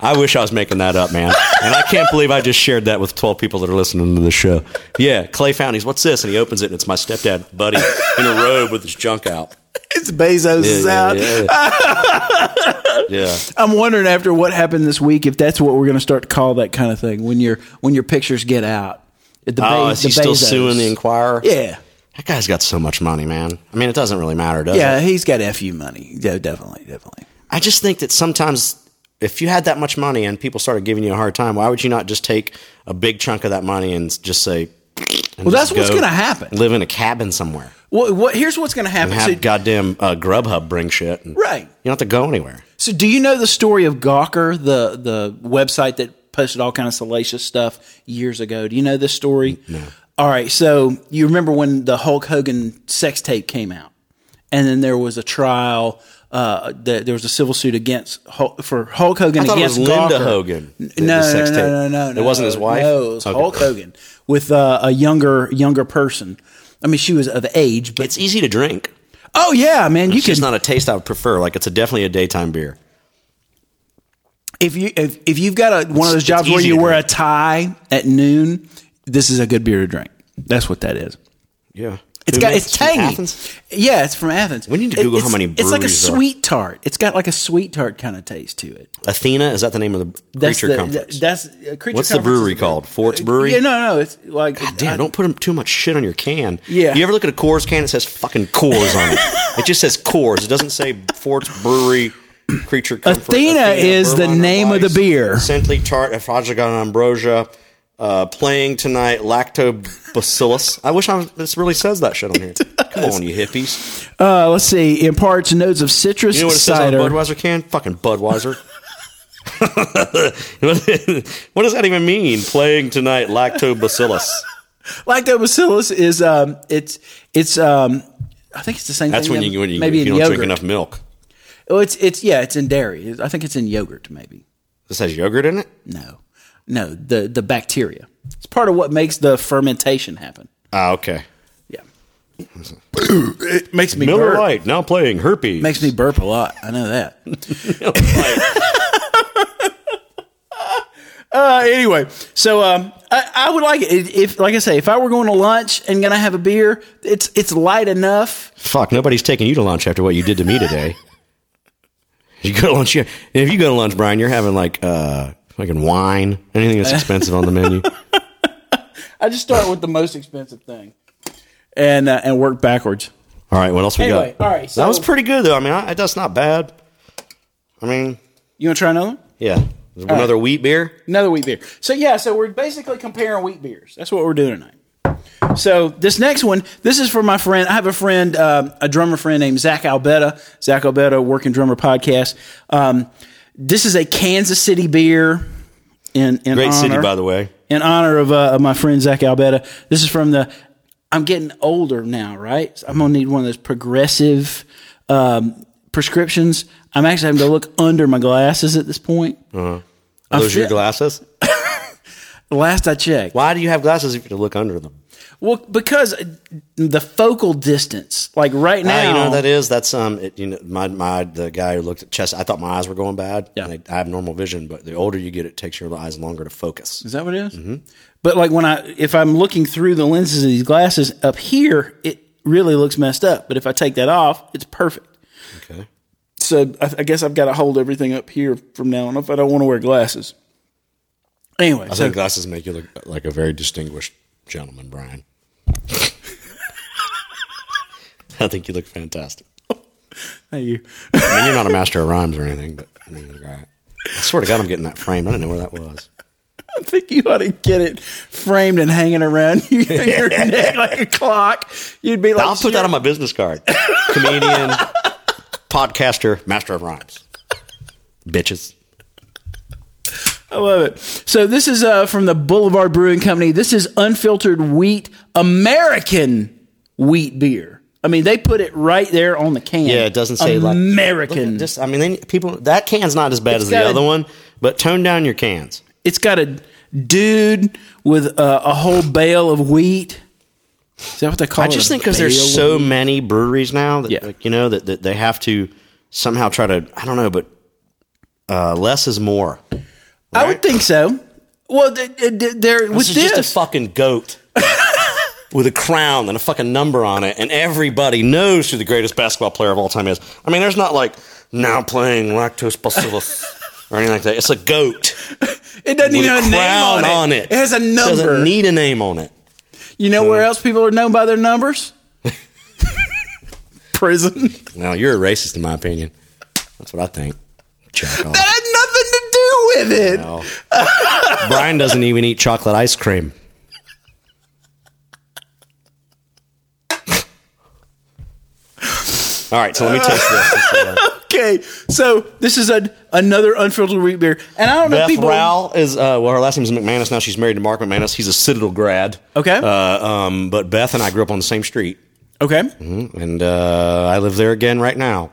A: I wish I was making that up, man. And I can't believe I just shared that with 12 people that are listening to this show. Yeah, Clay found he's, what's this? And he opens it, and it's my stepdad, buddy, in a robe with his junk out.
B: It's Bezos is
A: Yeah,
B: out.
A: yeah, yeah. Yeah.
B: I'm wondering after what happened this week if that's what we're going to start to call that kind of thing when your when your pictures get out. At The
A: Oh,
B: Be-
A: is he
B: the
A: still
B: Bezos.
A: suing the Inquirer?
B: Yeah,
A: That guy's got so much money, man. I mean, it doesn't really matter, does
B: yeah,
A: it?
B: he's got fu money. Yeah, definitely, definitely.
A: I just think that sometimes if you had that much money and people started giving you a hard time, why would you not just take a big chunk of that money and just say, and
B: Well,
A: just
B: that's what's
A: go
B: gonna happen.
A: Live in a cabin somewhere.
B: What, what here's what's going to happen.
A: And have
B: So,
A: goddamn uh, Grubhub bring shit. and
B: Right.
A: You don't have to go anywhere.
B: so do you know the story of Gawker, the the website that posted all kind of salacious stuff years ago? Do you know this story? No. All right, so you remember when the Hulk Hogan sex tape came out, and then there was a trial. Uh, that there was a civil suit against Hulk, for Hulk Hogan
A: I thought it
B: against
A: was Linda
B: Gawker.
A: Hogan,
B: N-
A: the-
B: No,
A: the sex
B: no, no,
A: tape.
B: no, no, no.
A: It wasn't his wife?
B: No, it was
A: Okay.
B: Hulk Hogan with uh, a younger younger person. I mean, she was of age, but
A: It's easy to drink.
B: oh yeah, man, you
A: It's
B: can
A: just not a taste I would prefer. Like, it's a, definitely a daytime beer.
B: if you if, if you've got a, one of
A: It's-
B: those jobs
A: it's
B: where
A: easy
B: you
A: to
B: wear a
A: drink.
B: tie at noon, this is a good beer to drink. That's what that is.
A: Yeah.
B: It's
A: Who
B: got
A: makes
B: it's
A: it from
B: tangy.
A: Athens?
B: Yeah, it's from Athens.
A: We need to Google how
B: it's-
A: many
B: It's like a
A: breweries are.
B: sweet tart. It's got like a sweet tart kind of taste to it.
A: Athena, is that the name of the
B: That's
A: creature
B: the,
A: comforts?
B: th- That's uh, creature
A: What's the
B: Comforts is
A: brewery
B: the-
A: called? Forts Brewery?
B: Yeah, no, no, it's like
A: Damn, don't put too much shit on your can.
B: Yeah.
A: You ever look at a Coors can? It says fucking Coors on it. it just says Coors. It doesn't say Forts Brewery Creature Comfort.
B: Athena is the
A: Berliner
B: name of the
A: Weiss,
B: beer.
A: Simply Tart, Ephragon Ambrosia. Uh, playing tonight, Lactobacillus. I wish I was, this really says that shit on here. Come on, you hippies.
B: Uh, let's see. Imparts notes of citrus
A: You know what it
B: cider.
A: says on a Budweiser can? Fucking Budweiser. what does that even mean? Playing tonight, Lactobacillus.
B: Lactobacillus is um, it's it's um, I think it's the same
A: That's
B: thing.
A: when
B: in-
A: you, when you,
B: maybe
A: if
B: in
A: you don't
B: yogurt.
A: drink enough milk.
B: Oh, it's it's yeah, it's in dairy. I think it's in yogurt, maybe.
A: This has yogurt in it?
B: No, no, the the bacteria. It's part of what makes the fermentation happen.
A: Ah, okay.
B: Yeah, it makes me
A: Miller
B: burp.
A: Lite now playing herpes.
B: Makes me burp a lot. I know that. uh, anyway, so um, I, I would like it if, like I say, if I were going to lunch and gonna have a beer, it's it's light enough.
A: Fuck, nobody's taking you to lunch after what you did to me today. you go to lunch here. If you go to lunch, Brian, you're having like uh fucking wine, anything that's expensive on the menu.
B: I just start with the most expensive thing, and uh, and work backwards.
A: All right, what else we
B: Anyway,
A: got?
B: all right,
A: that was
B: so-
A: pretty good though. I mean, I, that's not bad. I mean,
B: You want to try another one?
A: yeah, another wheat beer.
B: Another wheat beer. So yeah, so we're basically comparing wheat beers. That's what we're doing tonight. So this next one, this is for my friend. I have a friend, um, a drummer friend named Zach Albetta. Zach Albetta, Working Drummer Podcast. Um, this is a Kansas City beer. In, in
A: Great city,
B: honor-
A: by the way.
B: in honor of, uh, of my friend Zach Albetta. This is from the. I'm getting older now, right? So I'm gonna need one of those progressive um, prescriptions. I'm actually having to look under my glasses at this point.
A: Are those your
B: feel-
A: glasses?
B: Last I checked,
A: Why do you have glasses if you look under them?
B: well, because the focal distance, like right
A: Ah,
B: now,
A: you know what that is? That's um, it, you know, my my the guy who looked at chess. I thought my eyes were going bad.
B: Yeah.
A: And I, I have normal vision, but the older you get, it takes your eyes longer to focus.
B: Is that what it is?
A: Mm-hmm.
B: But like when I, if I'm looking through the lenses of these glasses up here, it really looks messed up. But if I take that off, it's perfect.
A: Okay.
B: So I, I guess I've got to hold everything up here from now on if I don't want to wear glasses. Anyway,
A: I
B: so
A: think glasses make you look like a very distinguished gentleman, Brian. I think you look fantastic.
B: thank you.
A: I mean, you're not a master of rhymes or anything, but I mean, you're all right. I swear to God, I'm getting that framed. I didn't know where that was.
B: I think you ought to get it framed and hanging around your, your neck like a clock. You'd be like,
A: I'll put that on my business card. Comedian, podcaster, master of rhymes. Bitches.
B: I love it. So this is uh, from the Boulevard Brewing Company. This is unfiltered wheat American wheat beer. I mean, they put it right there on the can.
A: Yeah, it doesn't say like-
B: American.
A: Just, I mean, they, people. That can's not as bad as the
B: got a-
A: other one, but tone down your cans.
B: it's got a dude with uh, a whole bale of wheat. Is that what they call
A: I
B: it?
A: just
B: A
A: think because
B: bale of
A: there's so many breweries now that
B: Yeah.
A: like, you know that, that they have to somehow try to I don't know, but uh, less is more.
B: I would think so. Well, th- th- th- there with
A: This is
B: this,
A: just a fucking goat with a crown and a fucking number on it, and everybody knows who the greatest basketball player of all time is. I mean, there's not like now playing lactose bacillus or anything like that. It's a goat
B: it doesn't
A: with
B: even
A: a
B: have a
A: crown
B: name on it.
A: on
B: it. has a number.
A: Doesn't need a name on it.
B: you know where else people are known by their numbers? Prison.
A: Now you're a racist, in my opinion. That's what I think. Jack off.
B: That had nothing to do with it.
A: No. Brian doesn't even eat chocolate ice cream. All right, so let me taste this. uh,
B: Okay, so this is a, another unfiltered wheat beer, and I don't know if
A: Beth
B: people.
A: Rowell is uh, well, her last name is McManus. Now she's married to Mark McManus. He's a Citadel grad.
B: Okay.
A: uh, um, but Beth and I grew up on the same street,
B: Okay,
A: and uh, I live there again right now.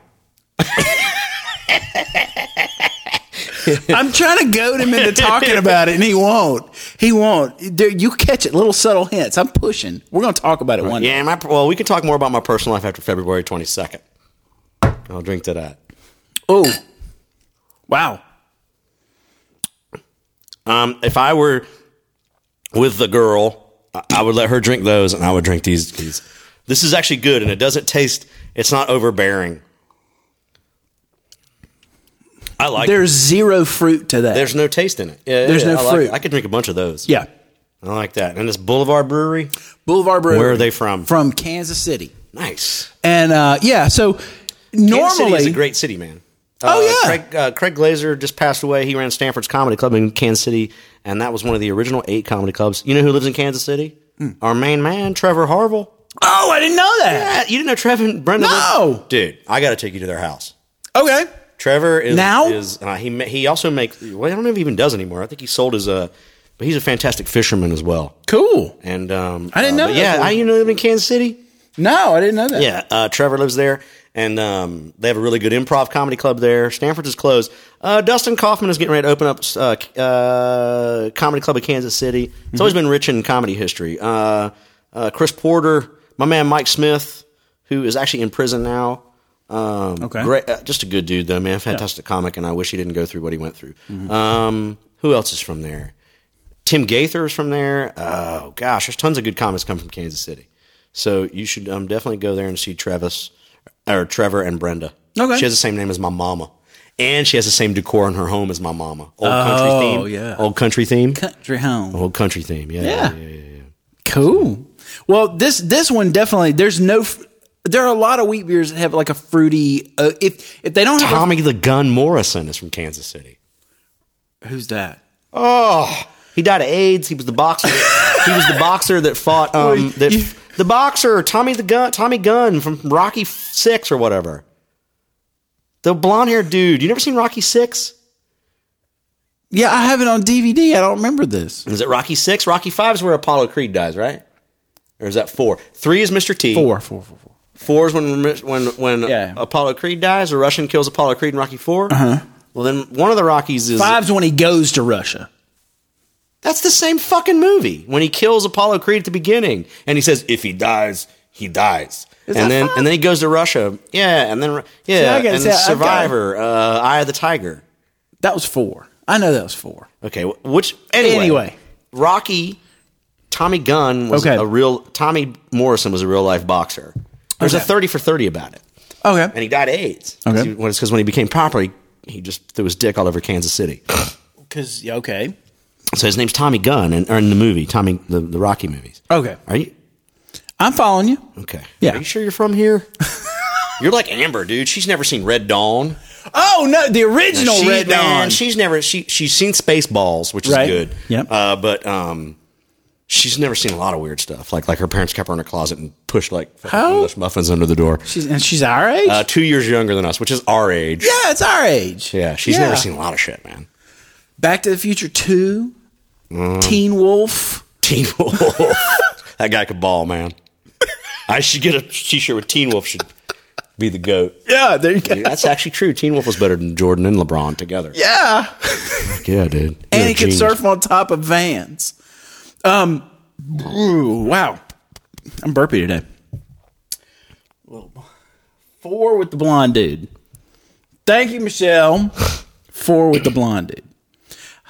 B: I'm trying to goad him into talking about it, and he won't. He won't. There, you catch it, little subtle hints. I'm pushing. We're going to talk about it one day.
A: Yeah, my, well, we can talk more about my personal life after February twenty second. I'll drink to that.
B: Oh, wow.
A: Um, if I were with the girl, I- I would let her drink those, and I would drink these. these. This is actually good, and it doesn't taste. It's not overbearing. I like. There's,
B: There's zero fruit to that.
A: there's no taste in it. Yeah,
B: There's
A: yeah,
B: no
A: I like it.
B: fruit.
A: I could drink a bunch of those.
B: yeah,
A: I like that. And this Boulevard Brewery,
B: Boulevard Brewery.
A: Where are they from?
B: From Kansas City,
A: nice.
B: and uh, yeah. So
A: Kansas City is
B: normally,
A: a great city, man.
B: Oh, yeah.
A: Craig, uh, Craig Glazer just passed away. He ran Stanford's Comedy Club in Kansas City, and that was one of the original eight comedy clubs. You know who lives in Kansas City?
B: Hmm.
A: Our main man, Trevor Harville.
B: oh, I didn't know that.
A: Yeah, you didn't know Trevor and Brenda?
B: No.
A: lived- dude, I got to take you to their house.
B: Okay,
A: Trevor is
B: Now?
A: is uh, he ma- he also makes. Well, I don't know if he even does anymore. I think he sold his uh, but he's a fantastic fisherman as well.
B: cool.
A: And um,
B: I didn't
A: uh,
B: know
A: but
B: that.
A: yeah, I you know live in Kansas City.
B: No, I didn't know that.
A: Yeah, uh, Trevor lives there, and um, they have a really good improv comedy club there. Stanford's is closed. Uh, Dustin Kaufman is getting ready to open up uh, K- uh, comedy club of Kansas City. It's always been rich in comedy history. Uh, uh, Chris Porter, my man Mike Smith, who is actually in prison now. Um,
B: Okay.
A: great, uh, just a good dude though, man. Fantastic comic, and I wish he didn't go through what he went through. Um, who else is from there? Tim Gaither is from there. Oh gosh, there's tons of good comics come from Kansas City. So you should um, definitely go there and see Travis or Trevor and Brenda.
B: Okay.
A: she has the same name as my mama, and she has the same decor in her home as my mama. Old country
B: Oh,
A: theme.
B: yeah.
A: Old country theme.
B: Country home.
A: Old country theme. Yeah.
B: Yeah.
A: yeah, yeah, yeah.
B: Cool. Well, this this one definitely there's no f- There are a lot of wheat beers that have like a fruity. Uh, if if they don't have,
A: Tommy the Gun Morrison is from Kansas City.
B: a, who's that?
A: Oh, he died of AIDS. He was the boxer. he was the boxer that fought um that the boxer Tommy the Gun Tommy Gunn from Rocky Six or whatever. The blonde haired dude. You never seen Rocky Six?
B: Yeah, I have it on DVD. I don't remember this.
A: Is it Rocky Six? Rocky Five is where Apollo Creed dies, right? Or is that four? Three is Mr. T.
B: Four, four, four, four.
A: Four is when when when
B: Yeah.
A: Apollo Creed dies. A Russian kills Apollo Creed in Rocky 4 Well, then one of the Rockies is
B: Five's when he goes to Russia.
A: That's the same fucking movie when he kills Apollo Creed at the beginning, and he says, "If he dies, he dies." and then and then he goes to Russia. Yeah, and then yeah,
B: I gotta
A: and
B: say, I've got-
A: Survivor, uh, Eye of the Tiger.
B: That was four. I know that was four.
A: Okay, wh- which anyway,
B: Anyway.
A: Rocky, Tommy Gunn was
B: Okay.
A: a real Tommy Morrison was a real life boxer. There's a
B: Okay.
A: thirty for thirty about it,
B: Okay.
A: and he died of AIDS.
B: Okay.
A: because when he became proper, he, he just threw his dick all over Kansas City.
B: Because okay,
A: so his name's Tommy Gunn, and or in the movie Tommy the, the Rocky movies.
B: okay.
A: Are you
B: I'm following you.
A: Okay.
B: Yeah.
A: Are you sure you're from here? you're like Amber, dude. She's never seen Red Dawn.
B: Oh no, the original
A: She-
B: Red
A: man,
B: Dawn.
A: She's never she she's seen Spaceballs, which
B: Right.
A: is good.
B: Yep.
A: Uh, but um, she's never seen a lot of weird stuff. Like like her parents kept her in a closet and pushed like fucking
B: How?
A: English muffins under the door.
B: she's and she's our age.
A: Uh, two years younger than us, which is our age.
B: yeah, it's our age.
A: Yeah. She's
B: Yeah.
A: never seen a lot of shit, man.
B: Back to the Future Two, Teen Wolf.
A: Teen Wolf. that guy could ball, man. I should get a t-shirt with Teen Wolf should be the goat.
B: Yeah, there you go.
A: Dude, that's actually true. Teen Wolf was better than Jordan and LeBron together.
B: Yeah,
A: Yeah, dude.
B: and he could surf on top of vans. Um, ooh, wow, I'm burpy today. Little- Four with the blonde dude. Thank you, Michelle. Four with the blonde dude.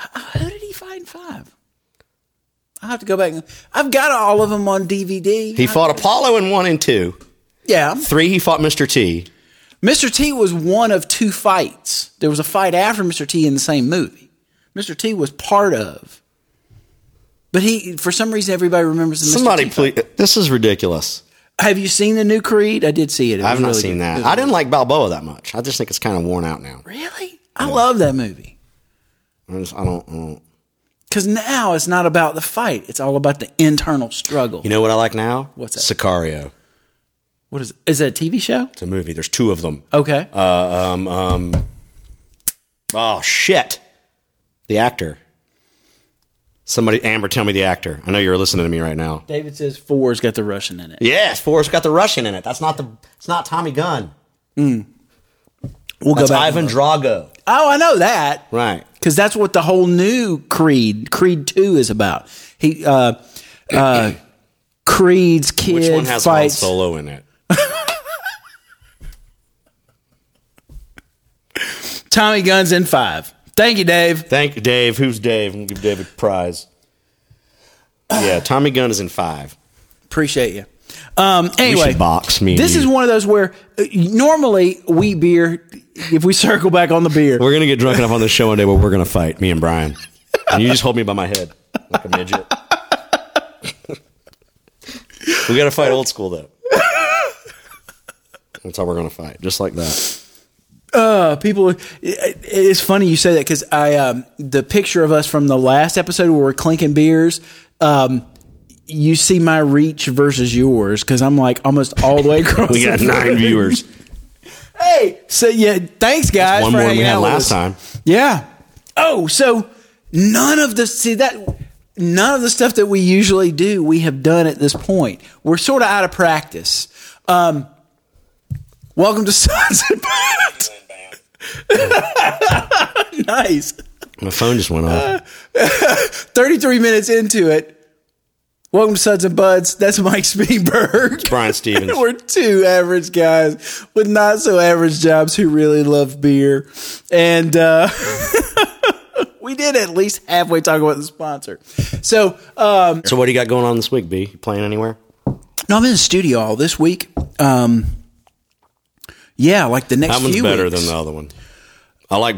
B: H- Who did he fight in five? I have to go back. and- I've got all of them on DVD.
A: He fought Apollo in one and two.
B: yeah,
A: Three, he fought Mr. T.
B: Mr. T was one of two fights. There was a fight after Mr. T in the same movie. Mr. T was part of. But he, for some reason, everybody remembers the Mr.
A: Somebody,
B: T fight.
A: please. This is ridiculous.
B: Have you seen the new Creed? I did see it. It
A: I've
B: was
A: not
B: really
A: seen
B: good. It
A: that.
B: was
A: I
B: really
A: didn't like Balboa that much. I just think it's kind of worn out now.
B: good. Really? I love that movie.
A: I, just- I don't, I don't.
B: Because now it's not about the fight, it's all about the internal struggle.
A: You know what I like now? What's
B: that?
A: Sicario.
B: what is Is that a TV show?
A: It's a movie. There's two of them.
B: Okay.
A: Uh, um, um, oh shit! The actor. Somebody, Amber, tell me the actor. I know you're listening to me right now.
B: David says four's got the Russian in it.
A: Yes, Forrest got the Russian in it. That's not the. It's not Tommy Gunn.
B: We'll
A: That's
B: go back.
A: Ivan Drago.
B: oh, I know that.
A: Right.
B: because that's what the whole new Creed Creed Two is about. He uh, uh, Creed's kid
A: Which one has Han
B: fights.
A: Solo in it?
B: Tommy Guns in five. Thank you, Dave.
A: Thank you, Dave. Who's Dave? I'm gonna give David a prize. Yeah, Tommy Gunn is in five.
B: Appreciate you. Um,
A: We
B: anyway,
A: should box me. and
B: this
A: you.
B: is one of those where uh, normally we beer. If we circle back on the beer,
A: We're gonna get drunk enough on this show one day where we're gonna fight me and Brian, and you just hold me by my head like a midget. we gotta fight old school though. That's how we're gonna fight, just like that.
B: Uh, people, it, it- it's funny you say that because I um, the picture of us from the last episode where we're clinking beers. Um, you see my reach versus yours because I'm like almost all the way across.
A: We got
B: the
A: nine
B: room.
A: viewers,
B: Hey, so yeah, thanks guys.
A: one
B: for
A: more than
B: hanging
A: we had
B: out with
A: last
B: us.
A: time.
B: Yeah. Oh, so none of the see that none of the stuff that we usually do we have done at this point. We're sort of out of practice. Um, welcome to Sons and Pants. nice.
A: My phone just went off.
B: 33 minutes into it. Welcome to Suds and Buds. That's Mike Spielberg.
A: Brian Stevens.
B: We're two average guys with not so average jobs who really love beer. And uh, we did at least halfway talk about the sponsor. So, um,
A: So what do you got going on this week, B? You playing anywhere?
B: no, I'm in the studio all this week. Um, yeah, like the next
A: That one's
B: few
A: better
B: weeks.
A: than the other one. I like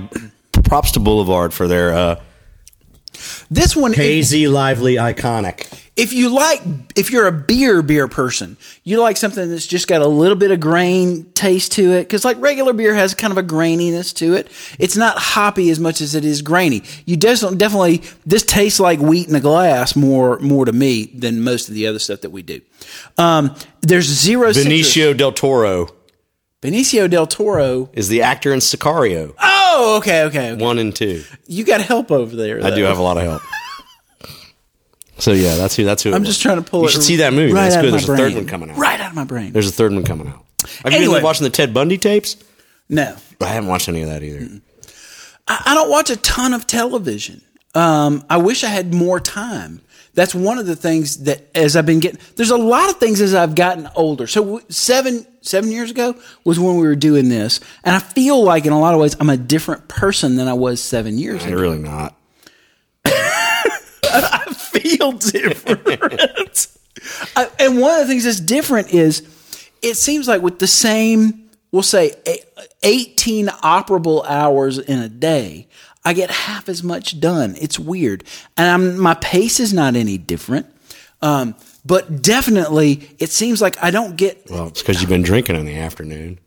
A: props to Boulevard for their uh,
B: This one
A: hazy, lively, iconic.
B: If you like, if you're a beer beer person, you like something that's just got a little bit of grain taste to it. Because like regular beer has kind of a graininess to it. It's not hoppy as much as it is grainy. You definitely definitely this tastes like wheat in a glass more more to me than most of the other stuff that we do. Um, there's zero citrus.
A: Benicio del Toro
B: Benicio del Toro.
A: is the actor in Sicario
B: Oh, okay, okay. okay.
A: one and two.
B: You got help over there.
A: I do
B: though.
A: have a lot of help. So yeah, that's who. That's who. it
B: I'm
A: was.
B: just trying to pull
A: You
B: it.
A: should see that movie.
B: Right
A: that's
B: out
A: good.
B: of my
A: There's a third
B: brain.
A: one coming out.
B: Right out of my brain.
A: There's a third one coming out. Have you
B: Anyway.
A: been watching the Ted Bundy tapes?
B: No.
A: I haven't watched any of that either.
B: I, I don't watch a ton of television. Um, I wish I had more time. That's one of the things that as I've been getting, there's a lot of things as I've gotten older. So w- seven, seven years ago was when we were doing this. And I feel like in a lot of ways, I'm a different person than I was seven years
A: I'm
B: ago.
A: really not.
B: I feel different. I, and one of the things that's different is it seems like with the same, we'll say, e- 18 operable hours in a day, I get half as much done. It's weird. And I'm, my pace is not any different. Um, but definitely, it seems like I don't get.
A: Well, it's because you've been drinking in the afternoon.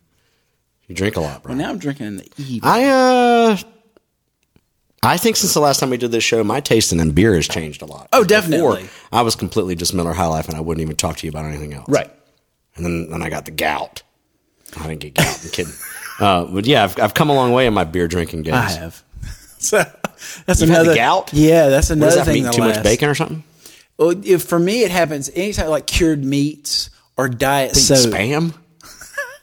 A: You drink a lot, bro.
B: Now I'm drinking in the evening.
A: I uh, I think since the last time we did this show, my taste in beer has changed a lot.
B: Oh, definitely.
A: Before, I was completely just Miller High Life, and I wouldn't even talk to you about anything else. And then then I got the gout. I didn't get gout. I'm kidding. Uh, but yeah, I've, I've come a long way in my beer drinking days.
B: I have. So that's
A: had the
B: another
A: gout?
B: Yeah, that's another
A: What does that
B: thing.
A: mean?
B: that
A: Too much
B: lasts.
A: bacon or something?
B: Well, Oh, if for me, it happens anytime like cured meats or diet soda.
A: Spam.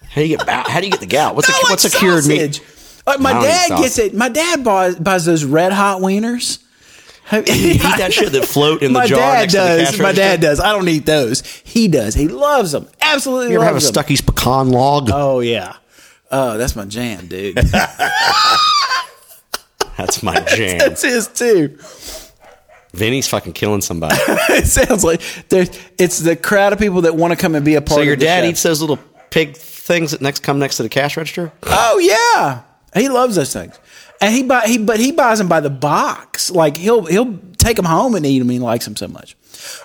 A: How do you get ba- how do you get the gout? What's
B: I
A: a,
B: like
A: what's a cured meat?
B: sausage. Like, my
A: I don't eat
B: dad gets
A: sausage.
B: it. My dad buys, buys those red hot wieners.
A: You eat that shit that float in the
B: my
A: jar.
B: dad
A: next to the
B: does.
A: cash
B: my
A: register?
B: dad does. I don't eat those. He does. He loves them. Absolutely
A: You ever have a
B: loves them.
A: Stucky's pecan log?
B: Oh yeah. Oh, that's my jam, dude.
A: That's my jam.
B: that's his too.
A: Vinny's fucking killing somebody.
B: It sounds like there's. It's the crowd of people that want to come and be a part.
A: So your
B: of the
A: dad
B: show.
A: eats those little pig things that next come next to the cash register?
B: Oh yeah, he loves those things, and he buy he but he buys them by the box. Like he'll he'll take them home and eat them. He likes them so much,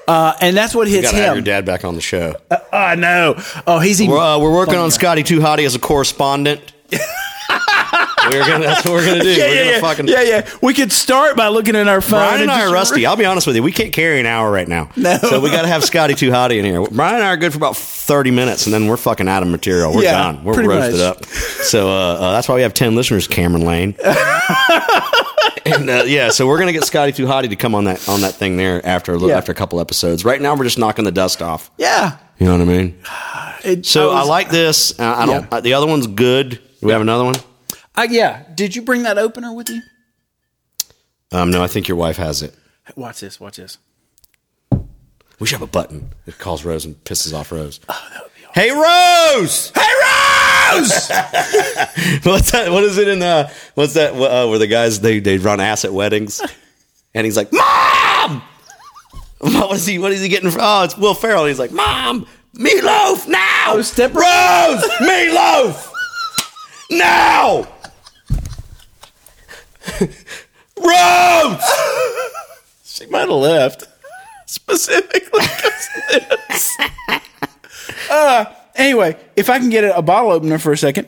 B: uh, and that's what hits
A: Got to have your
B: him.
A: dad back on the show.
B: I know. Oh, he's eating.
A: We're, uh, we're working on Scotty Too Hottie as a correspondent. we're gonna, that's what we're gonna do.
B: yeah,
A: we're
B: yeah,
A: gonna
B: yeah.
A: fucking.
B: yeah, yeah. We could start by looking at our phone.
A: Brian and I
B: just-
A: are rusty. I'll be honest with you. We can't carry an hour right now.
B: No.
A: So we got to have Scotty Too Hottie in here. Brian and I are good for about 30 minutes, and then we're fucking out of material. We're
B: Yeah,
A: done. We're
B: pretty
A: roasted
B: much.
A: up. So uh, uh, that's why we have 10 listeners, Cameron Lane. and uh, yeah, so we're going to get Scotty Too Hottie to come on that on that thing there after a little,
B: Yeah.
A: after a couple episodes. Right now, we're just knocking the dust off.
B: Yeah.
A: You know what I mean?
B: It-
A: So I
B: was-
A: like this. Uh, I don't.
B: Yeah.
A: Uh, the other one's good. Do we have another one?
B: I, yeah. Did you bring that opener with you?
A: Um, no, I think your wife has it.
B: Watch this. Watch this.
A: We should have a button that calls Rose and pisses off Rose. Hey Rose! Hey Rose! what's that? What is it in the? What's that? Uh, where the guys they they run ass at weddings, and he's like, Mom! What is he? What is he getting? From? Oh, it's Will Ferrell. He's like, Mom, meatloaf now!
B: Oh, Step-
A: Rose, meatloaf now! Rose!
B: She might have left specifically 'cause of this. uh, anyway, if I can get a, a bottle opener for a second.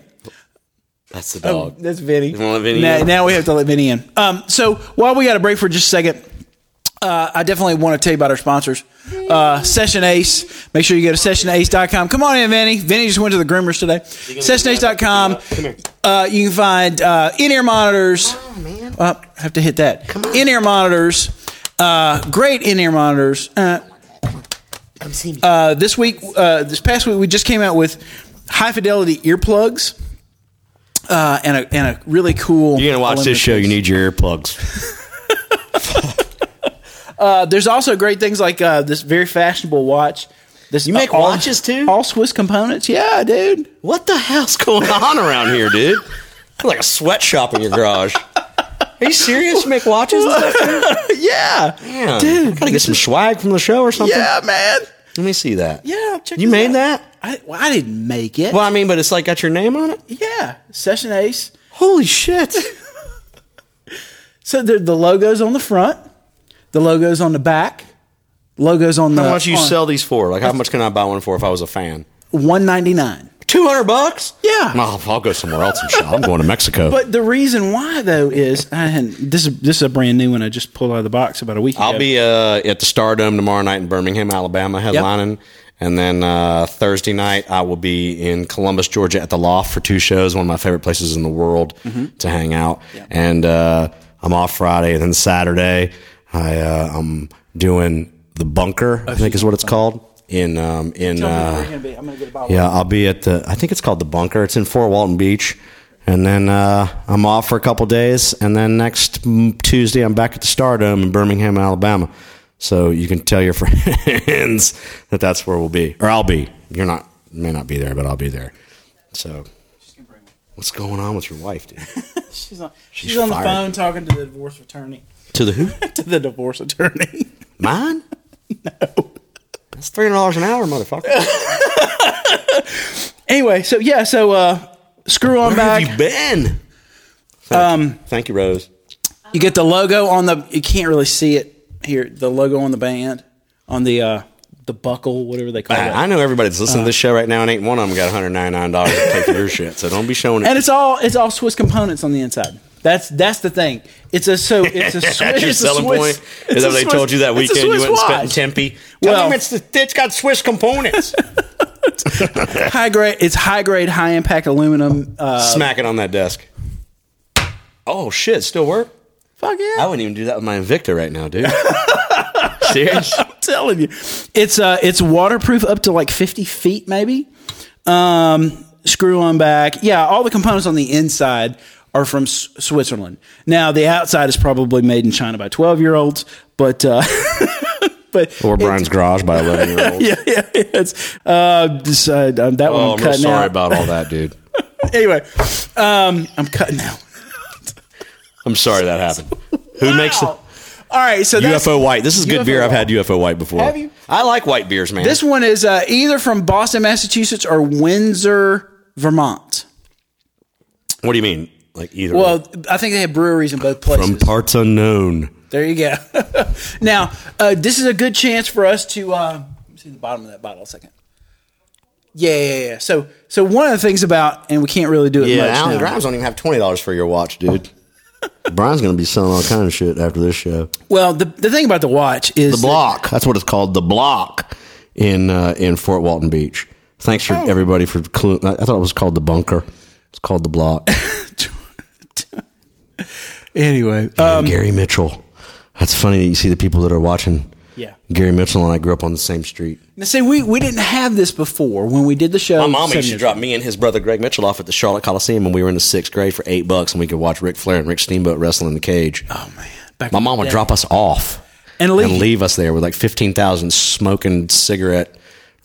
A: That's the dog.
B: Um, That's Vinny.
A: wanna let Vinny
B: now,
A: in?
B: now we have to let Vinny in. Um, so while we got a break for just a second, uh, I definitely want to tell you about our sponsors. Uh, Session Ace. Make sure you go to sessionace.com. Come on in, Vinny. Vinny just went to the groomers today. Sessionace.com. Uh, you can find uh, in-ear monitors. Uh, have to hit that. In-ear monitors. Uh, great in-ear monitors. Uh, uh, this week, uh, this past week, we just came out with high fidelity earplugs uh, and a and a really cool.
A: You're gonna watch this show. You
B: need.
A: need your earplugs.
B: Uh, there's also great things like uh, this very fashionable watch. This you
A: make watches, too?
B: All Swiss components. Yeah, dude.
A: What the hell's going on around here, dude? Like a sweatshop in your garage. Are you serious? You make watches? And stuff?
B: yeah,
A: Damn.
B: dude.
A: gotta get some swag from the show or something.
B: yeah, man.
A: Let me see that.
B: Yeah, check
A: You
B: this
A: made
B: out.
A: that?
B: I, well, I didn't make it.
A: Well, I mean, but it's like got your name on it.
B: yeah, Session Ace.
A: Holy shit!
B: So the, the logo's on the front. The logo's on the back. logos on the
A: How much you
B: on
A: sell these for? Like, how much can I buy one for if I was a fan?
B: 199
A: Two hundred bucks?
B: Yeah.
A: No, I'll go somewhere else and shop. I'm going to Mexico.
B: But the reason why though is I hadn't, this is this is a brand new one I just pulled out of the box about a week
A: I'll
B: ago.
A: be uh, at the Stardom tomorrow night in Birmingham, Alabama, headlining. And then uh, Thursday night, I will be in Columbus, Georgia at the Loft for two shows, one of my favorite places in the world
B: Mm-hmm.
A: to hang out. And uh, I'm off Friday. And then Saturday, I, uh, I'm doing The Bunker,
B: Oh,
A: I think is what it's called. In, um, in, uh,
B: gonna be, I'm gonna get a
A: yeah, I'll be at the. I think it's called the Bunker. It's in Fort Walton Beach, and then uh, I'm off for a couple days, and then next mm, Tuesday I'm back at the Stardom in Birmingham, Alabama. So you can tell your friends that that's where we'll be, or I'll be. You're not may not be there, but I'll be there. So what's going on with your wife, dude?
B: She's on, she's on the
A: uh, fired.
B: phone talking to the divorce attorney.
A: to the who?
B: to the divorce attorney.
A: Mine? no. That's three hundred dollars an hour, motherfucker. Where
B: anyway, so yeah, so uh, screw on
A: have
B: back.
A: you been? Thank um, you. thank you, Rose.
B: You get the logo on the. You can't really see it here. The logo on the band on the uh, the buckle, whatever they call it.
A: I, I know everybody's listening to
B: Uh-huh.
A: this show right now, and ain't one of them got $199 to pay for your shit. So don't be showing it.
B: and it's all it's all Swiss components on the inside. That's that's the thing. It's a so it's a Swiss.
A: That's your
B: it's a
A: selling
B: Swiss-
A: point.
B: it's
A: Is
B: a
A: that what they
B: Swiss-
A: told you that
B: it's a
A: weekend you
B: Swiss
A: went and spent in
B: watch.
A: Tempe?
B: Well-
A: Tell them it's, the, it's got Swiss components.
B: High grade. It's high grade, high impact aluminum. Uh,
A: Smack it on that desk. Oh, shit. it Still work?
B: fuck yeah!
A: I wouldn't even do that with my Invicta right now, dude. Serious?
B: telling you, it's uh, it's waterproof up to like fifty feet, maybe. Um, screw on back. Yeah, all the components on the inside are from S- Switzerland. Now the outside is probably made in China by twelve year olds, but uh, but
A: Or Brian's Garage by 11 year old.
B: yeah, yeah, it's uh, this, uh um, that one
A: Oh,
B: I'm
A: I'm real
B: cutting
A: sorry
B: out.
A: about all that, dude.
B: anyway, um, I'm cutting out.
A: I'm sorry that happened. Who makes the
B: Wow. All right, so that's,
A: UFO white? This is good
B: UFO
A: beer. I've
B: white.
A: had UFO white before.
B: Have you?
A: I like white beers, man.
B: This one is uh, either from Boston, Massachusetts, or Windsor, Vermont.
A: what do you mean? Like either one?
B: Well, I think they have breweries in both places.
A: from parts unknown.
B: There you go. now, uh, this is a good chance for us to uh, let me see the bottom of that bottle a second. Yeah, yeah, yeah. So, so one of the things about, and we can't really do it much now.
A: don't even have twenty dollars for your watch, dude. Brian's gonna be selling all kind of shit after this show.
B: Well, the, the thing about the watch is
A: The block. That's what it's called. The block in uh, in Fort Walton Beach. Thanks for everybody for clue. I I thought it was called the bunker. It's called the block.
B: anyway.
A: Gary Mitchell. um, That's funny that you see the people that are watching.
B: Yeah.
A: Gary Mitchell and I grew up on the same street.
B: Now, see, we we didn't have this before when we did the show.
A: My mom
B: seven
A: used to
B: years
A: drop me and his brother Greg Mitchell off at the Charlotte Coliseum when we were in the sixth grade for eight bucks, and we could watch Ric Flair and Rick Steamboat wrestle in the cage.
B: ago. Oh man, Back
A: My
B: in
A: mom
B: the
A: would
B: day.
A: drop us off
B: And leave.
A: and leave us there with like 15,000 smoking cigarette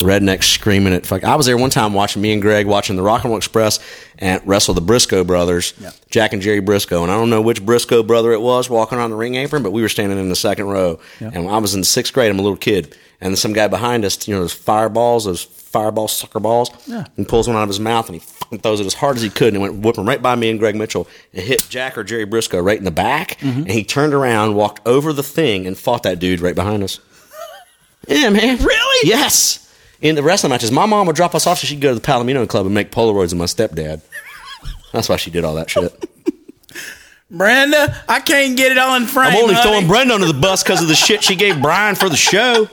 A: rednecks screaming at fuck. I was there one time watching me and Greg watching the Rock and Roll Express and wrestle the Briscoe brothers, Jack and Jerry Briscoe. And I don't know which Briscoe brother it was walking around the ring apron, but we were standing in the second row. And I was in sixth grade. I'm a little kid. And some guy behind us, you know, those fireballs, those fireball sucker balls, and pulls one out of his mouth and he fucking throws it as hard as he could and it went whipping right by me and Greg Mitchell and hit Jack or Jerry Briscoe right in the back.
B: Mm-hmm.
A: And he turned around, walked over the thing, and fought that dude right behind us. Yeah, man.
B: Really?
A: Yes. In the wrestling matches, my mom would drop us off so she'd go to the Palomino Club and make Polaroids of my stepdad. That's why she did all that shit.
B: Brenda, I can't get it all in frame.
A: I'm only
B: honey.
A: throwing Brenda under the bus because of the shit she gave Brian for the show.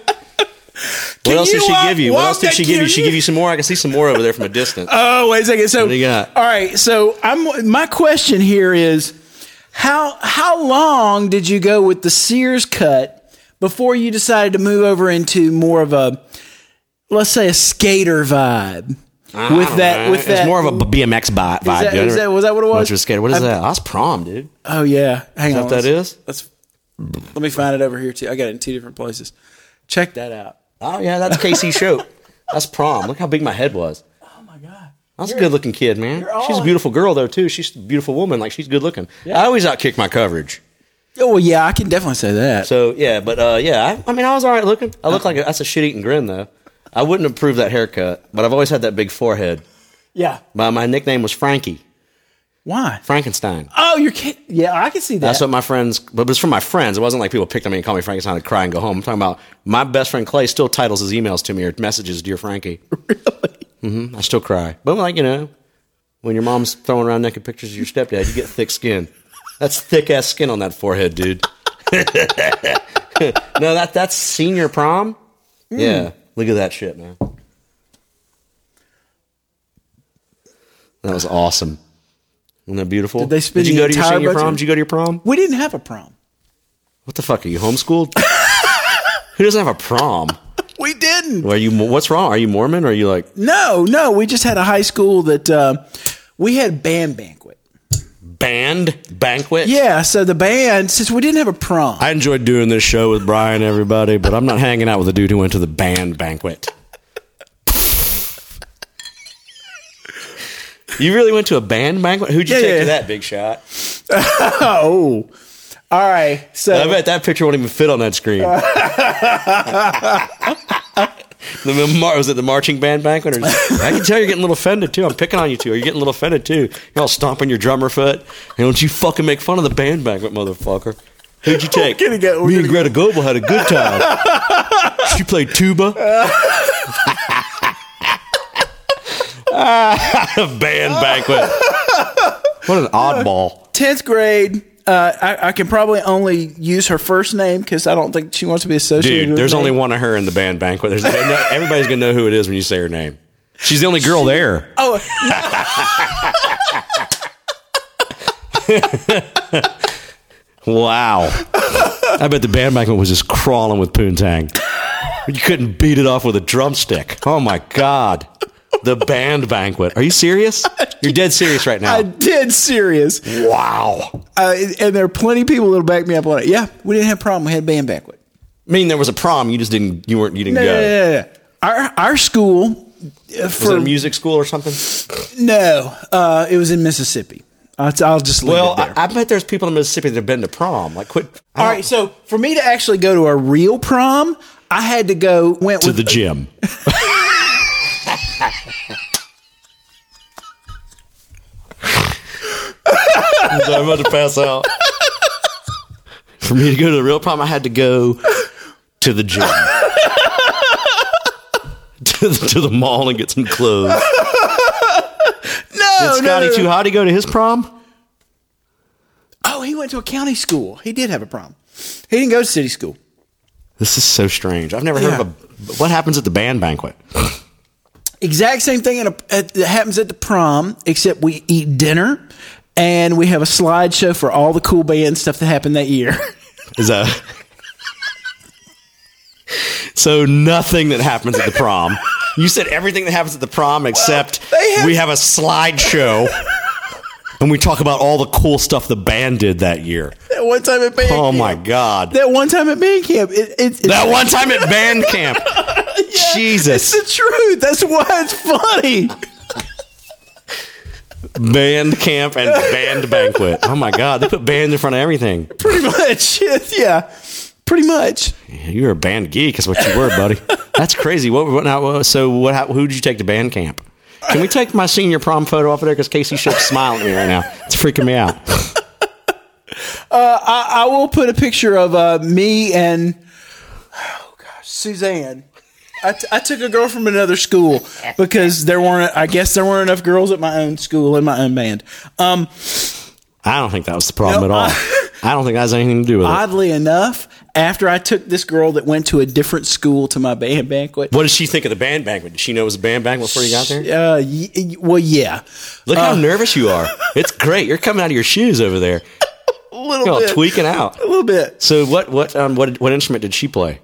A: What else
B: you
A: did she
B: walk-
A: give you? What
B: walk
A: else did she
B: that
A: give you?
B: kid?
A: She give you some more. I can see some more over there from a distance.
B: Oh, wait a second. So,
A: do you got?
B: all right. So, I'm my question here is how how long did you go with the Sears cut before you decided to move over into more of a let's say a skater vibe
A: I
B: with
A: don't
B: that
A: know.
B: with
A: it's
B: that
A: more of a BMX bi- vibe.
B: that-
A: dude.
B: is that- was that what it was?
A: Bunch of skater. What is that? That's prom, dude.
B: oh yeah hang on
A: What that
B: let's-
A: is?
B: let's let me find it over here too I got it in two different places check that out
A: Oh yeah, that's Casey Shope. That's prom. Look how big my head was.
B: oh my god
A: I was a good looking kid, man.
B: all-
A: She's a beautiful girl though too. She's a beautiful woman. Like she's good looking. I always outkick my coverage.
B: oh well yeah I can definitely say that
A: So yeah, but uh, yeah, I, I mean, I was all right looking. I look like a, that's a shit eating grin though. I wouldn't approve that haircut, but I've always had that big forehead.
B: yeah
A: My, my nickname was Frankie
B: Why?
A: Frankenstein.
B: Oh, you're kidding. Yeah, I can see that.
A: That's what my friends, but it was from my friends. It wasn't like people picked on me and called me Frankenstein and cry and go home. I'm talking about my best friend Clay still titles his emails to me or messages, Dear Frankie. Really? hmm I still cry. But, like, you know, when your mom's throwing around naked pictures of your stepdad, you get thick skin. That's thick ass skin on that forehead, dude. no, that that's senior prom.
B: Mm.
A: Yeah. Look at that shit, man. That was awesome. Wasn't that beautiful? Did
B: they spend
A: you
B: the
A: go to your
B: entire
A: senior
B: budget?
A: prom? Did you go to your prom?
B: we didn't have a prom.
A: What the fuck are you homeschooled? Who doesn't have a prom?
B: We didn't.
A: Are you? What's wrong? Are you Mormon? Or are you like
B: No, no. We just had a high school that uh, we had band banquet.
A: band banquet?
B: Yeah, so the band, since we didn't have a prom,
A: I enjoyed doing this show with Brian, and everybody, but I'm not hanging out with a dude who went to the band banquet. you really went to a band banquet? Who'd you
B: Yeah,
A: take
B: yeah.
A: to that big shot?
B: Oh, all right. So
A: I bet that picture won't even fit on that screen. the mar- was it the marching band banquet? Or I can tell you're getting a little offended too. I'm picking on you two. Are you getting a little offended too? You're all stomping your drummer foot. And don't you fucking make fun of the band banquet, motherfucker? Who'd you take?
B: gonna get- we're
A: Me and Greta Goble had a good time. she played tuba. Ah, band banquet. What an oddball.
B: tenth grade. Uh, I, I can probably only use her first name because I don't think she wants to be associated.
A: Dude,
B: with
A: there's
B: me.
A: only one of her in the band banquet. There's they know- everybody's gonna know who it is when you say her name. She's the only girl there.
B: Oh,
A: Wow. I bet the band banquet was just crawling with poontang. You couldn't beat it off with a drumstick. Oh my god. The band banquet. Are you serious? You're dead serious right now.
B: I did serious,
A: Wow.
B: uh, and there are plenty of people that'll back me up on it. Yeah, we didn't have a problem. We had band banquet.
A: I mean, there was a prom. You just didn't. You weren't. You didn't
B: No,
A: go.
B: no, no, no, no. Our our school uh,
A: Was it
B: for
A: a music school or something?
B: no, uh, it was in Mississippi. I'll, I'll just leave
A: Well,
B: it there.
A: I, I bet there's people in Mississippi that have been to prom. Like, quit.
B: All right, so for me to actually go to a real prom, I had to go went
A: to
B: with
A: the gym. I'm about to pass out. For me to go to the real prom, I had to go to the gym, to, the, to the mall and get some clothes.
B: Oh, no, no,
A: Scotty,
B: no, no.
A: too hot to go to his prom?
B: Oh, he went to a county school. He did have a prom. He didn't go to city school.
A: This is so strange. I've never heard of a. What happens at the band banquet?
B: Exact same thing in a, at, that happens at the prom, except we eat dinner and we have a slideshow for all the cool band stuff that happened that year.
A: Is that so? Nothing that happens at the prom. You said everything that happens at the prom, except
B: they have-
A: we have a slideshow and we talk about all the cool stuff the band did that year.
B: that one time at band
A: Oh
B: camp.
A: my god!
B: That one time at band camp. It, it, it's
A: That one time at band camp.
B: It's
A: Jesus,
B: the truth. That's why it's funny.
A: band camp and band banquet. Oh my god, they put bands in front of everything.
B: Pretty much. yeah. Pretty much.
A: You were a band geek, is what you were, buddy. That's crazy. What? what now, what- so, what? How, who did you take to band camp? Can we take my senior prom photo off of there? Because Casey Ship's smiling at me right now. It's freaking me out.
B: I will put a picture of uh, me and oh gosh, Suzanne. I, t- I took a girl from another school because there weren't. I guess there weren't enough girls at my own school in my own band. Um,
A: I don't think that was the problem
B: No,
A: at all. I don't think that has anything to do with it.
B: oddly enough, after I took this girl that went to a different school to my band banquet.
A: What did she think of the band banquet? Did she know it was a band banquet before you got there?
B: Uh, y- y- well, yeah,
A: Look how nervous you are. It's great. You're coming out of your shoes over there.
B: a little
A: You're all
B: bit,
A: tweaking out.
B: a little bit.
A: So what? What? Um, what? What instrument did she play?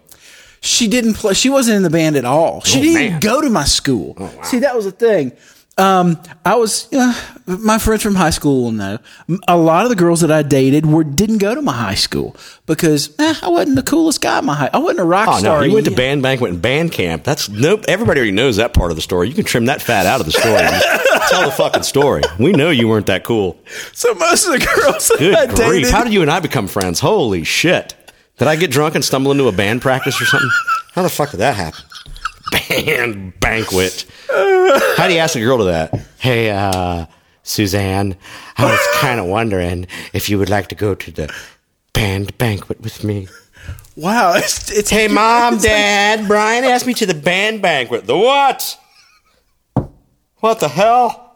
B: She didn't play. She wasn't in the band at all. She
A: Oh,
B: didn't
A: man. Oh,
B: even go to my school. See, that was the thing. Um, I was uh, my friends from high school will know. M- A lot of the girls that I dated were didn't go to my high school because eh, I wasn't the coolest guy. in My high, I wasn't a rock
A: Oh
B: star.
A: no, you went to
B: yet.
A: band banquet and band camp. That's nope. Everybody already knows that part of the story. You can trim that fat out of the story. Just tell the fucking story. We know you weren't that cool.
B: So most of the girls that I
A: Good
B: dated,
A: grief! How did you and I become friends? Holy shit! Did I get drunk and stumble into a band practice or something? How the fuck did that happen? Band banquet. How do you ask a girl to that? Hey, uh, Suzanne, I was kind of wondering if you would like to go to the band banquet with me.
B: Wow, it's, it's
A: Hey, mom, dad, Brian asked me to the band banquet. The what? What the hell?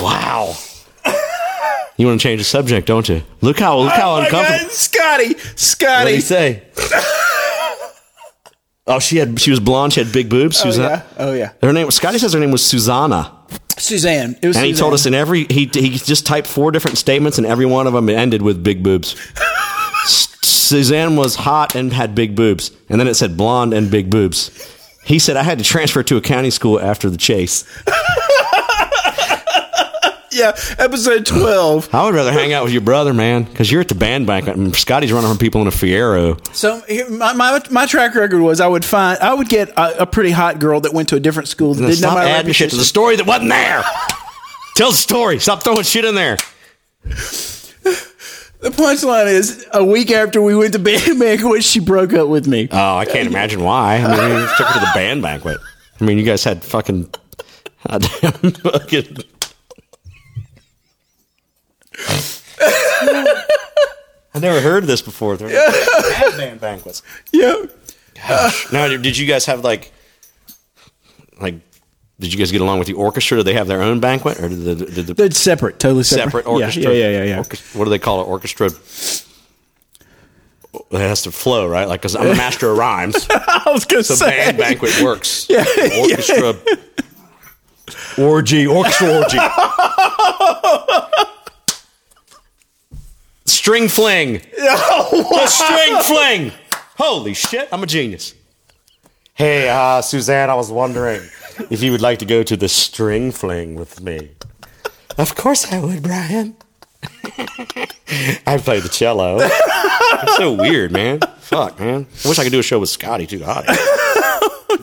A: Wow. You want to change the subject, don't you? Look how look how
B: Oh my
A: uncomfortable.
B: God, Scotty,
A: What do
B: Scotty.
A: you say? oh, she had she was blonde. She had big boobs. Suzanne.
B: Oh yeah,
A: Her name. Scotty says her name was Susanna,
B: Suzanne. It was
A: and he
B: Suzanne.
A: told us in every he he just typed four different statements, and every one of them ended with big boobs. S- Suzanne was hot and had big boobs, and then it said blonde and big boobs. He said I had to transfer to accounting school after the chase.
B: Yeah, episode twelve.
A: I would rather hang out with your brother, man, because you're at the band banquet, and Scotty's running from people in a Fiero.
B: So here- my, my my track record was I would find I would get a, a pretty hot girl that went to a different school that did not
A: Stop
B: my
A: adding shit to the
B: reputation.
A: story that wasn't there. Tell the story. Stop throwing shit in there.
B: The punchline is a week after we went to band banquet, she broke up with me.
A: Oh, I can't imagine why. I mean, you took her to the band banquet. I mean, you guys had fucking. had fucking- I never heard of this before. There were band banquets.
B: yeah,
A: Now, did you guys have like, like, did you guys get along with the orchestra? Did they have their own banquet, or did the, did the
B: they're separate, totally separate.
A: separate orchestra?
B: Yeah, yeah, yeah, yeah. yeah.
A: Orchest- what do they call it? Orchestra. It has to flow, right? Like, because I'm a master of rhymes.
B: I was gonna
A: the
B: say
A: band banquet works. Orchestra orgy, orchestra orgy. string fling. A string fling. Holy shit, I'm a genius. Hey, uh, Suzanne, I was wondering if you would like to go to the string fling with me. Of course I would, Brian. I play the cello. it's so weird, man. Fuck, man. I wish I could do a show with Scotty too. God.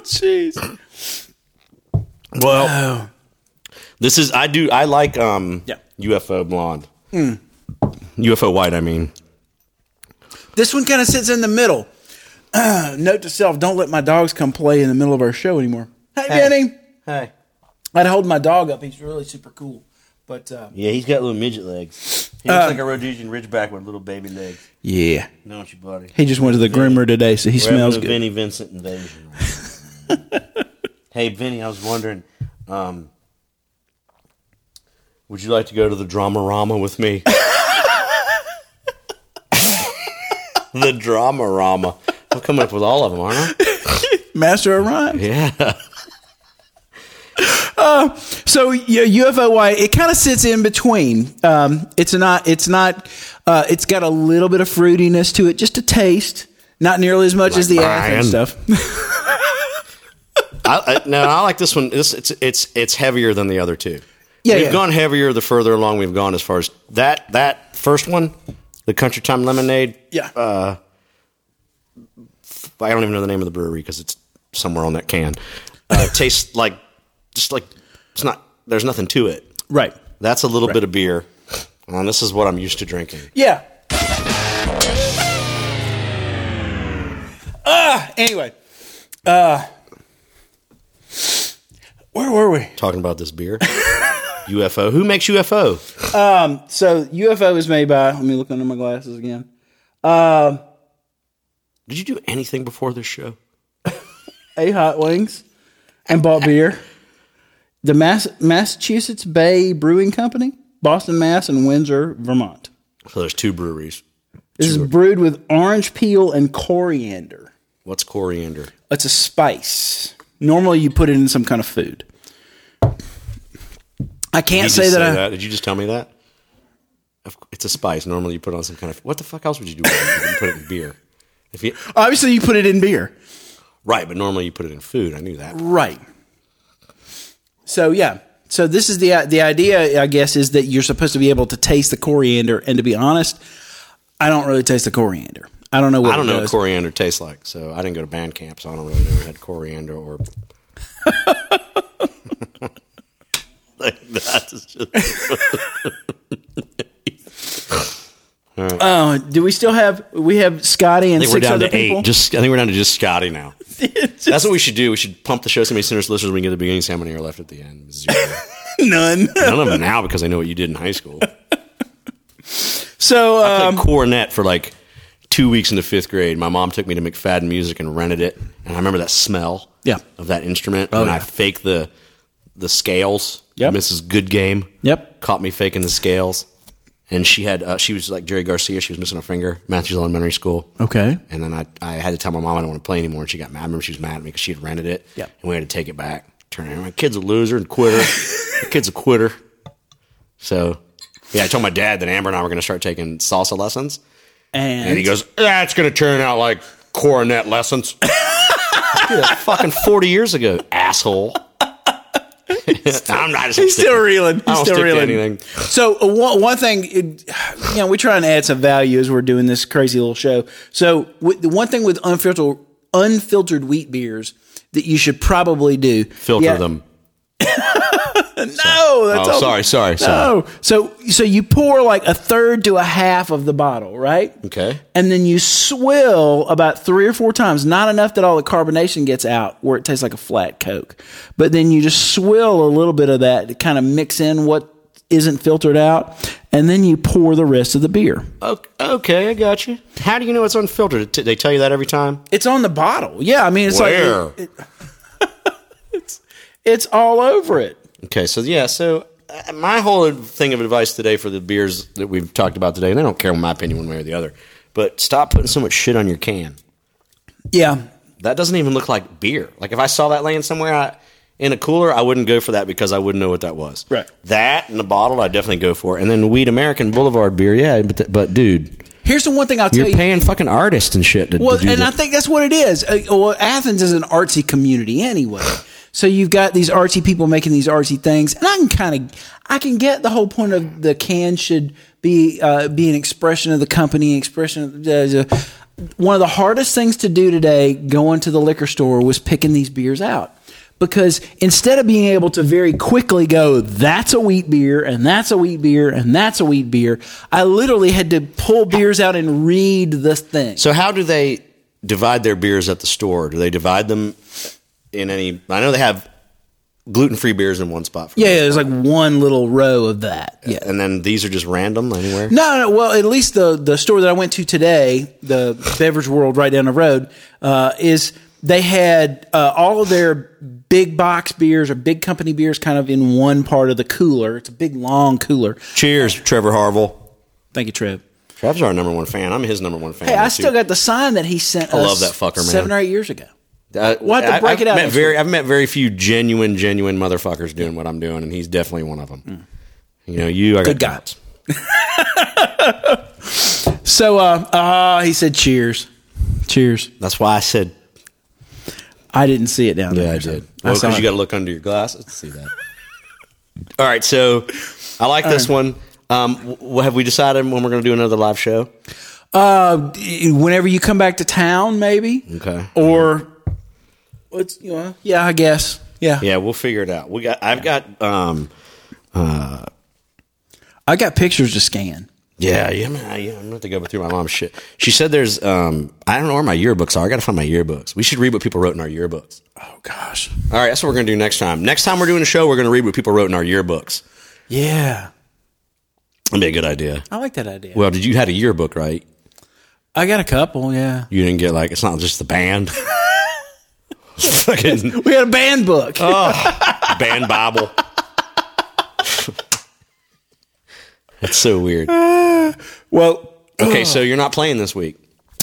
B: Jeez.
A: Well, Oh. this is I do I like um
B: Yeah. Hmm.
A: UFO blonde. UFO white, I mean.
B: This one kind of sits in the middle. Uh, note to self: Don't let my dogs come play in the middle of our show anymore. Hey, Benny.
A: Hey.
B: I'd hold my dog up. He's really super cool. But uh,
A: Yeah, he's got little midget legs. He looks like a Rhodesian Ridgeback with little baby legs.
B: yeah,
A: Don't you, buddy?
B: he just went to the groomer today, so he smells good.
A: Vinny Vincent invasion. hey, Vinny, I was wondering, um, would you like to go to the Dramarama with me? the Dramarama. I'm coming up with all of them, aren't I?
B: Master of Rhyme.
A: Yeah.
B: Uh, So yeah, UFOY it kind of sits in between. Um, it's not. It's not. Uh, it's got a little bit of fruitiness to it, just a taste. Not nearly as much as the
A: Brian.
B: Athens stuff. Uh,
A: I, I, Uh, no, I like this one. This it's it's it's heavier than the other two.
B: Yeah,
A: we've
B: yeah.
A: gone heavier the further along we've gone as far as that that first one, the Country Time Lemonade.
B: yeah.
A: I don't even know the name of the brewery because it's somewhere on that can. Uh, it tastes like just like it's not. There's nothing to it.
B: right.
A: That's a little bit of beer, and this is what I'm used to drinking.
B: Yeah. Ah. anyway. Uh. Where were we?
A: Talking about this beer, UFO. Who makes UFO?
B: So UFO is made by. Let me look under my glasses again.
A: Did you do anything before this show?
B: A hot wings, and bought beer. The Mass- Massachusetts Bay Brewing Company, Boston, Mass, and Windsor, Vermont.
A: So there's two breweries.
B: This is brewed with orange peel and coriander.
A: What's coriander?
B: It's a spice. Normally, you put it in some kind of food. I can't
A: Did
B: say
A: you
B: that,
A: say
B: I,
A: that? Did you just tell me that? Of cou- It's a spice. Normally, you put it on some kind of. What the fuck else would you do? With it? You wouldn't put it in beer. If you,
B: Obviously, you put it in beer,
A: right, but normally you put it in food. I knew that.
B: right? So yeah. So this is the the idea, I guess, is that you're supposed to be able to taste the coriander. And to be honest, I don't really taste the coriander. I don't know what
A: I don't
B: it
A: know what
B: does.
A: coriander tastes like, so I didn't go to band camp, so I don't really know if it had coriander or. like that is just.
B: Uh, do we still have we have Scotty and
A: I think we're
B: six
A: down
B: other
A: to
B: people?
A: eight. Just I think we're down to just Scotty now. That's what we should do. We should pump the show so many sinners listeners we can get at the beginning. See how many are left at the end? Zero.
B: None.
A: None of them now because I know what you did in high school.
B: So
A: I
B: um,
A: played cornet for like two weeks into fifth grade. My mom took me to McFadden Music and rented it, and I remember that smell.
B: Yeah. Oh,
A: Of that instrument, and I faked the the scales.
B: Yep.
A: Mrs. Good Game.
B: Yep.
A: Caught me faking the scales, and she had uh, she was like Jerry Garcia. She was missing a finger. Matthews Elementary School.
B: okay.
A: And then I, I had to tell my mom I don't want to play anymore, and she got mad. I remember she was mad at me because she had rented it.
B: Yeah.
A: And we had to take it back. Turn it around. My kid's a loser and quitter. the kid's a quitter. So, yeah, I told my dad that Amber and I were going to start taking salsa lessons.
B: And,
A: And he goes, that's going to turn out like coronet lessons. Dude, that's fucking 40 years ago, asshole. I'm not
B: He's still reeling.
A: I
B: He's
A: don't
B: still
A: stick to
B: reeling.
A: anything.
B: So uh, one, one thing, it, you know, we try and add some value as we're doing this crazy little show. So with, the one thing with unfiltered unfiltered wheat beers that you should probably do
A: Filter
B: Yeah.
A: them.
B: No, that's
A: Oh,
B: all-
A: sorry, sorry, sorry.
B: No. So so you pour like a third to a half of the bottle, right?
A: Okay.
B: And then you swill about three or four times, not enough that all the carbonation gets out where it tastes like a flat Coke. But then you just swill a little bit of that to kind of mix in what isn't filtered out. And then you pour the rest of the beer.
A: O- Okay, I got you. How do you know it's unfiltered? T- They tell you that every time?
B: It's on the bottle. Yeah. I mean, it's
A: Where?
B: like, it- it's all over it.
A: Okay, so yeah, so uh, my whole thing of advice today for the beers that we've talked about today, and I don't care my opinion one way or the other, but stop putting so much shit on your can.
B: Yeah.
A: That doesn't even look like beer. Like if I saw that laying somewhere I, in a cooler, I wouldn't go for that because I wouldn't know what that was.
B: Right.
A: That and the bottle, I definitely go for, and then Weed American Boulevard beer, yeah, but th- but dude,
B: Here's the one thing I'll tell
A: you're
B: you.
A: paying fucking artists and shit to, to
B: Well,
A: do
B: and I
A: that.
B: think that's what it is. Uh, well, Athens is an artsy community anyway. So you've got these artsy people making these artsy things, and I can kind of, I can get the whole point of the can should be uh, be an expression of the company, expression of the. one of the hardest things to do today, going to the liquor store, was picking these beers out. Because instead of being able to very quickly go, that's a wheat beer, and that's a wheat beer, and that's a wheat beer, I literally had to pull beers out and read this thing.
A: So how do they divide their beers at the store? Do they divide them in any? I know they have gluten-free beers in one spot. For
B: Yeah, yeah, there's like one little row of that. Yeah.
A: and then these are just random anywhere.
B: No, no. Well, at least the the store that I went to today, the Beverage World right down the road, uh, is they had uh, all of their big box beers or big company beers kind of in one part of the cooler. It's a big long cooler.
A: Cheers, Trevor Harville.
B: Thank you, Trev.
A: Trev's our number one fan. I'm his number one fan.
B: Hey, I still got the sign that he sent. I
A: love that fucker, man.
B: Seven or eight years ago.
A: Uh,
B: We'll have to break
A: I've
B: it out
A: Met
B: next
A: very, I've met very few genuine, genuine motherfuckers doing what I'm doing, and he's definitely one of them. You know, you are
B: Mm. Good guy. So, uh, uh, he said, "Cheers, cheers."
A: That's why I said,
B: I didn't see it down there.
A: yeah, I did.
B: I
A: Well,
B: saw
A: because
B: it.
A: you got to look under your glasses to see that. All right, so I like this one. Um, w- have we decided when we're going to do another live show?
B: Uh, whenever you come back to town, maybe.
A: Okay.
B: Or, what's you know? Yeah, I guess. Yeah.
A: Yeah, we'll figure it out. We got. I've got. Um,
B: I got pictures to scan.
A: Yeah, yeah, man. I, yeah, I'm gonna have to go through my mom's shit. She said there's um I don't know where my yearbooks are. I gotta find my yearbooks. We should read what people wrote in our yearbooks.
B: Oh gosh.
A: All right, that's what we're gonna do next time. Next time we're doing a show, we're gonna read what people wrote in our yearbooks.
B: Yeah,
A: That'd be a good idea.
B: I like that idea.
A: Well, did you had a yearbook, right?
B: I got a couple. Yeah.
A: You didn't get like it's not just the band. Fucking
B: We had a band book.
A: Oh. band Bible. that's so weird.
B: well,
A: Okay, so you're not playing this week.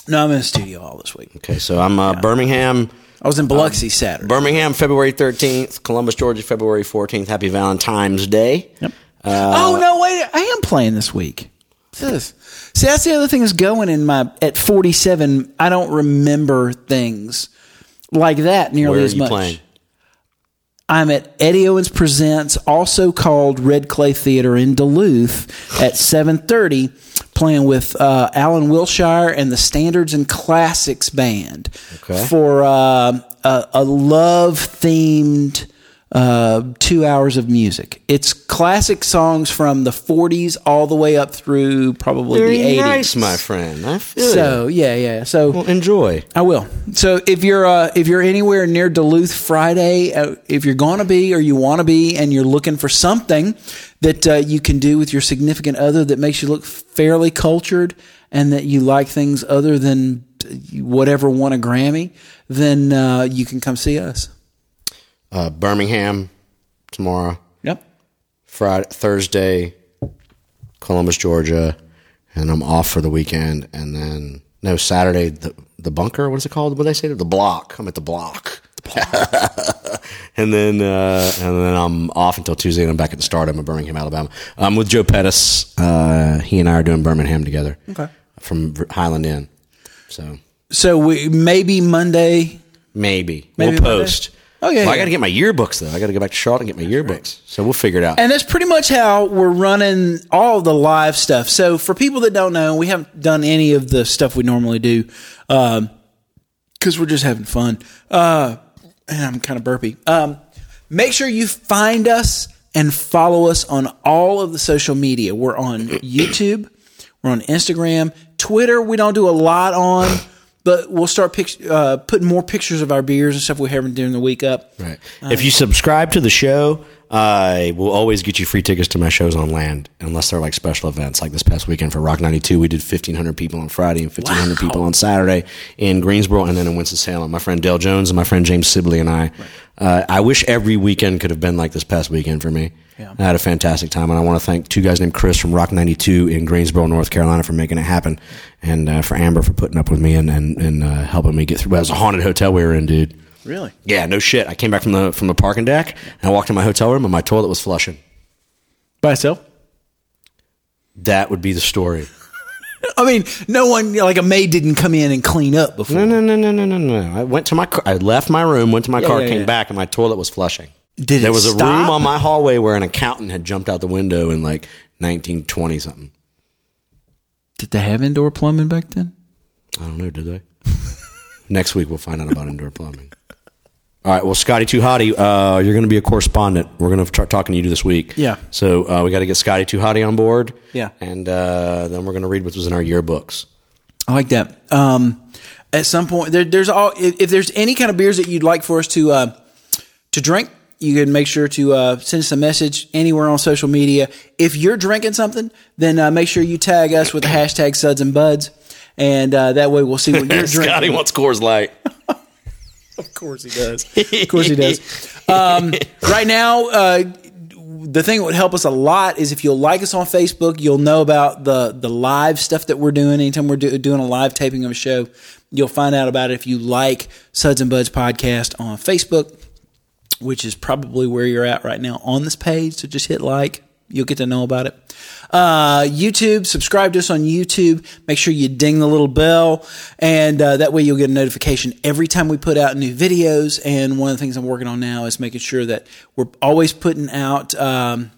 B: no, I'm in the studio all this week.
A: Okay, so I'm uh, Birmingham.
B: I was in
A: Um,
B: Biloxi Saturday.
A: Birmingham, February 13th. Columbus, Georgia, February 14th. Happy Valentine's Day. Yep. uh,
B: oh no, wait! I am playing this week. What's This. See, that's the other thing is going in my at 47. I don't remember things like that nearly
A: Where are
B: as
A: you
B: much.
A: playing?
B: I'm at Eddie Owens Presents, also called Red Clay Theater in Duluth, at 7:30, playing with uh, Alan Wilshire and the Standards and Classics Band
A: Okay.
B: for uh, a, a love themed uh, two hours of music. It's classic songs from the 40s all the way up through probably the 80s.
A: nice, my friend. I feel so,
B: So yeah, yeah. So
A: Well, enjoy.
B: I will. So if you're uh, if you're anywhere near Duluth Friday, uh, if you're going to be or you want to be, and you're looking for something that uh, you can do with your significant other that makes you look fairly cultured and that you like things other than whatever won a Grammy, then uh, you can come see us.
A: Uh, Birmingham tomorrow,
B: Yep.
A: Friday, Thursday, Columbus, Georgia, and I'm off for the weekend. And then no Saturday, the the bunker. What is it called? What did I say? The block. I'm at the block. and then uh, and then I'm off until Tuesday, and I'm back at the Stardom in Birmingham, Alabama. I'm with Joe Pettis. Uh, he and I are doing Birmingham together. Okay. From Highland Inn. So
B: So we maybe Monday.
A: Maybe.
B: Maybe
A: we'll
B: Monday.
A: post.
B: Oh, yeah,
A: Well, I
B: yeah.
A: got to get my yearbooks though. I got to go back to Charlotte and get my yearbooks. So we'll figure it out.
B: And that's pretty much how we're running all the live stuff. So for people that don't know, we haven't done any of the stuff we normally do because we're just having fun. Uh, and I'm kind of burpy. Um, make sure you find us and follow us on all of the social media. We're on YouTube. We're on Instagram, Twitter. We don't do a lot on, but we'll start pic- uh, putting more pictures of our beers and stuff we're having during the week up.
A: right. if you subscribe to the show, I will always get you free tickets to my shows on land, unless they're like special events. Like this past weekend for Rock 92, we did 1,500 people on Friday and 1,500 people on Saturday in Greensboro and then in Winston-Salem. My friend Dale Jones and my friend James Sibley and I. Uh, I wish every weekend could have been like this past weekend for me. I had a fantastic time, and I want to thank two guys named Chris from Rock 92 in Greensboro, North Carolina, for making it happen, and uh, for Amber for putting up with me and, and, and uh, helping me get through. Well, it was a haunted hotel we were in, dude.
B: Really?
A: Yeah, no shit. I came back from the from the parking deck and I walked in my hotel room and my toilet was flushing.
B: By itself?
A: That would be the story.
B: I mean, no one like a maid didn't come in and clean up before.
A: No, no, no, no, no, no, no. I went to my car. I left my room, went to my car,
B: yeah,
A: came
B: yeah.
A: back, and my toilet was flushing.
B: Did it
A: there was a
B: stop?
A: room on my hallway where an accountant had jumped out the window in like 1920 something.
B: Did they have indoor plumbing back then?
A: I don't know. Did they? Next week we'll find out about indoor plumbing. All right. Well, Scotty Too Hottie, uh, you're going to be a correspondent. We're going to start talking to you this week.
B: Yeah.
A: So uh, we got to get Scotty Too Hottie on board.
B: Yeah.
A: And uh, then we're going to read what was in our yearbooks.
B: I like that. Um, at some point, there, there's all if, if there's any kind of beers that you'd like for us to uh, to drink, you can make sure to uh, send us a message anywhere on social media. If you're drinking something, then uh, make sure you tag us with the hashtag Suds and Buds, and uh, that way we'll see what you're drinking.
A: Scotty wants Coors Light.
B: Of course he does. Of course he does. Um, right now, uh, the thing that would help us a lot is if you'll like us on Facebook, you'll know about the the live stuff that we're doing. Anytime we're do, doing a live taping of a show, you'll find out about it if you like Suds and Buds podcast on Facebook, which is probably where you're at right now on this page. So just hit like. You'll get to know about it. Uh, YouTube, subscribe to us on YouTube. Make sure you ding the little bell, and uh, that way you'll get a notification every time we put out new videos. And one of the things I'm working on now is making sure that we're always putting out um,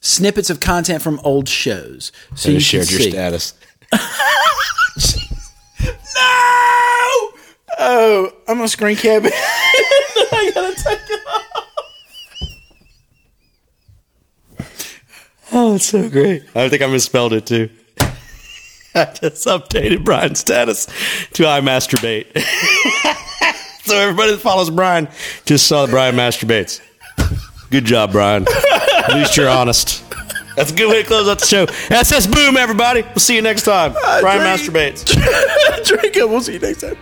B: snippets of content from old shows. So
A: You
B: you
A: shared
B: can
A: your
B: see.
A: status.
B: No!
C: Oh, I'm gonna screen cap it.
A: Oh, it's so great. I think I misspelled it too. I just updated Brian's status to I masturbate. so everybody that follows Brian just saw that Brian masturbates. Good job, Brian. At least you're honest. That's a good way to close out the show. SS Boom, everybody. We'll see you next Oh. time. Brian masturbates.
C: Drink up. We'll see you next time.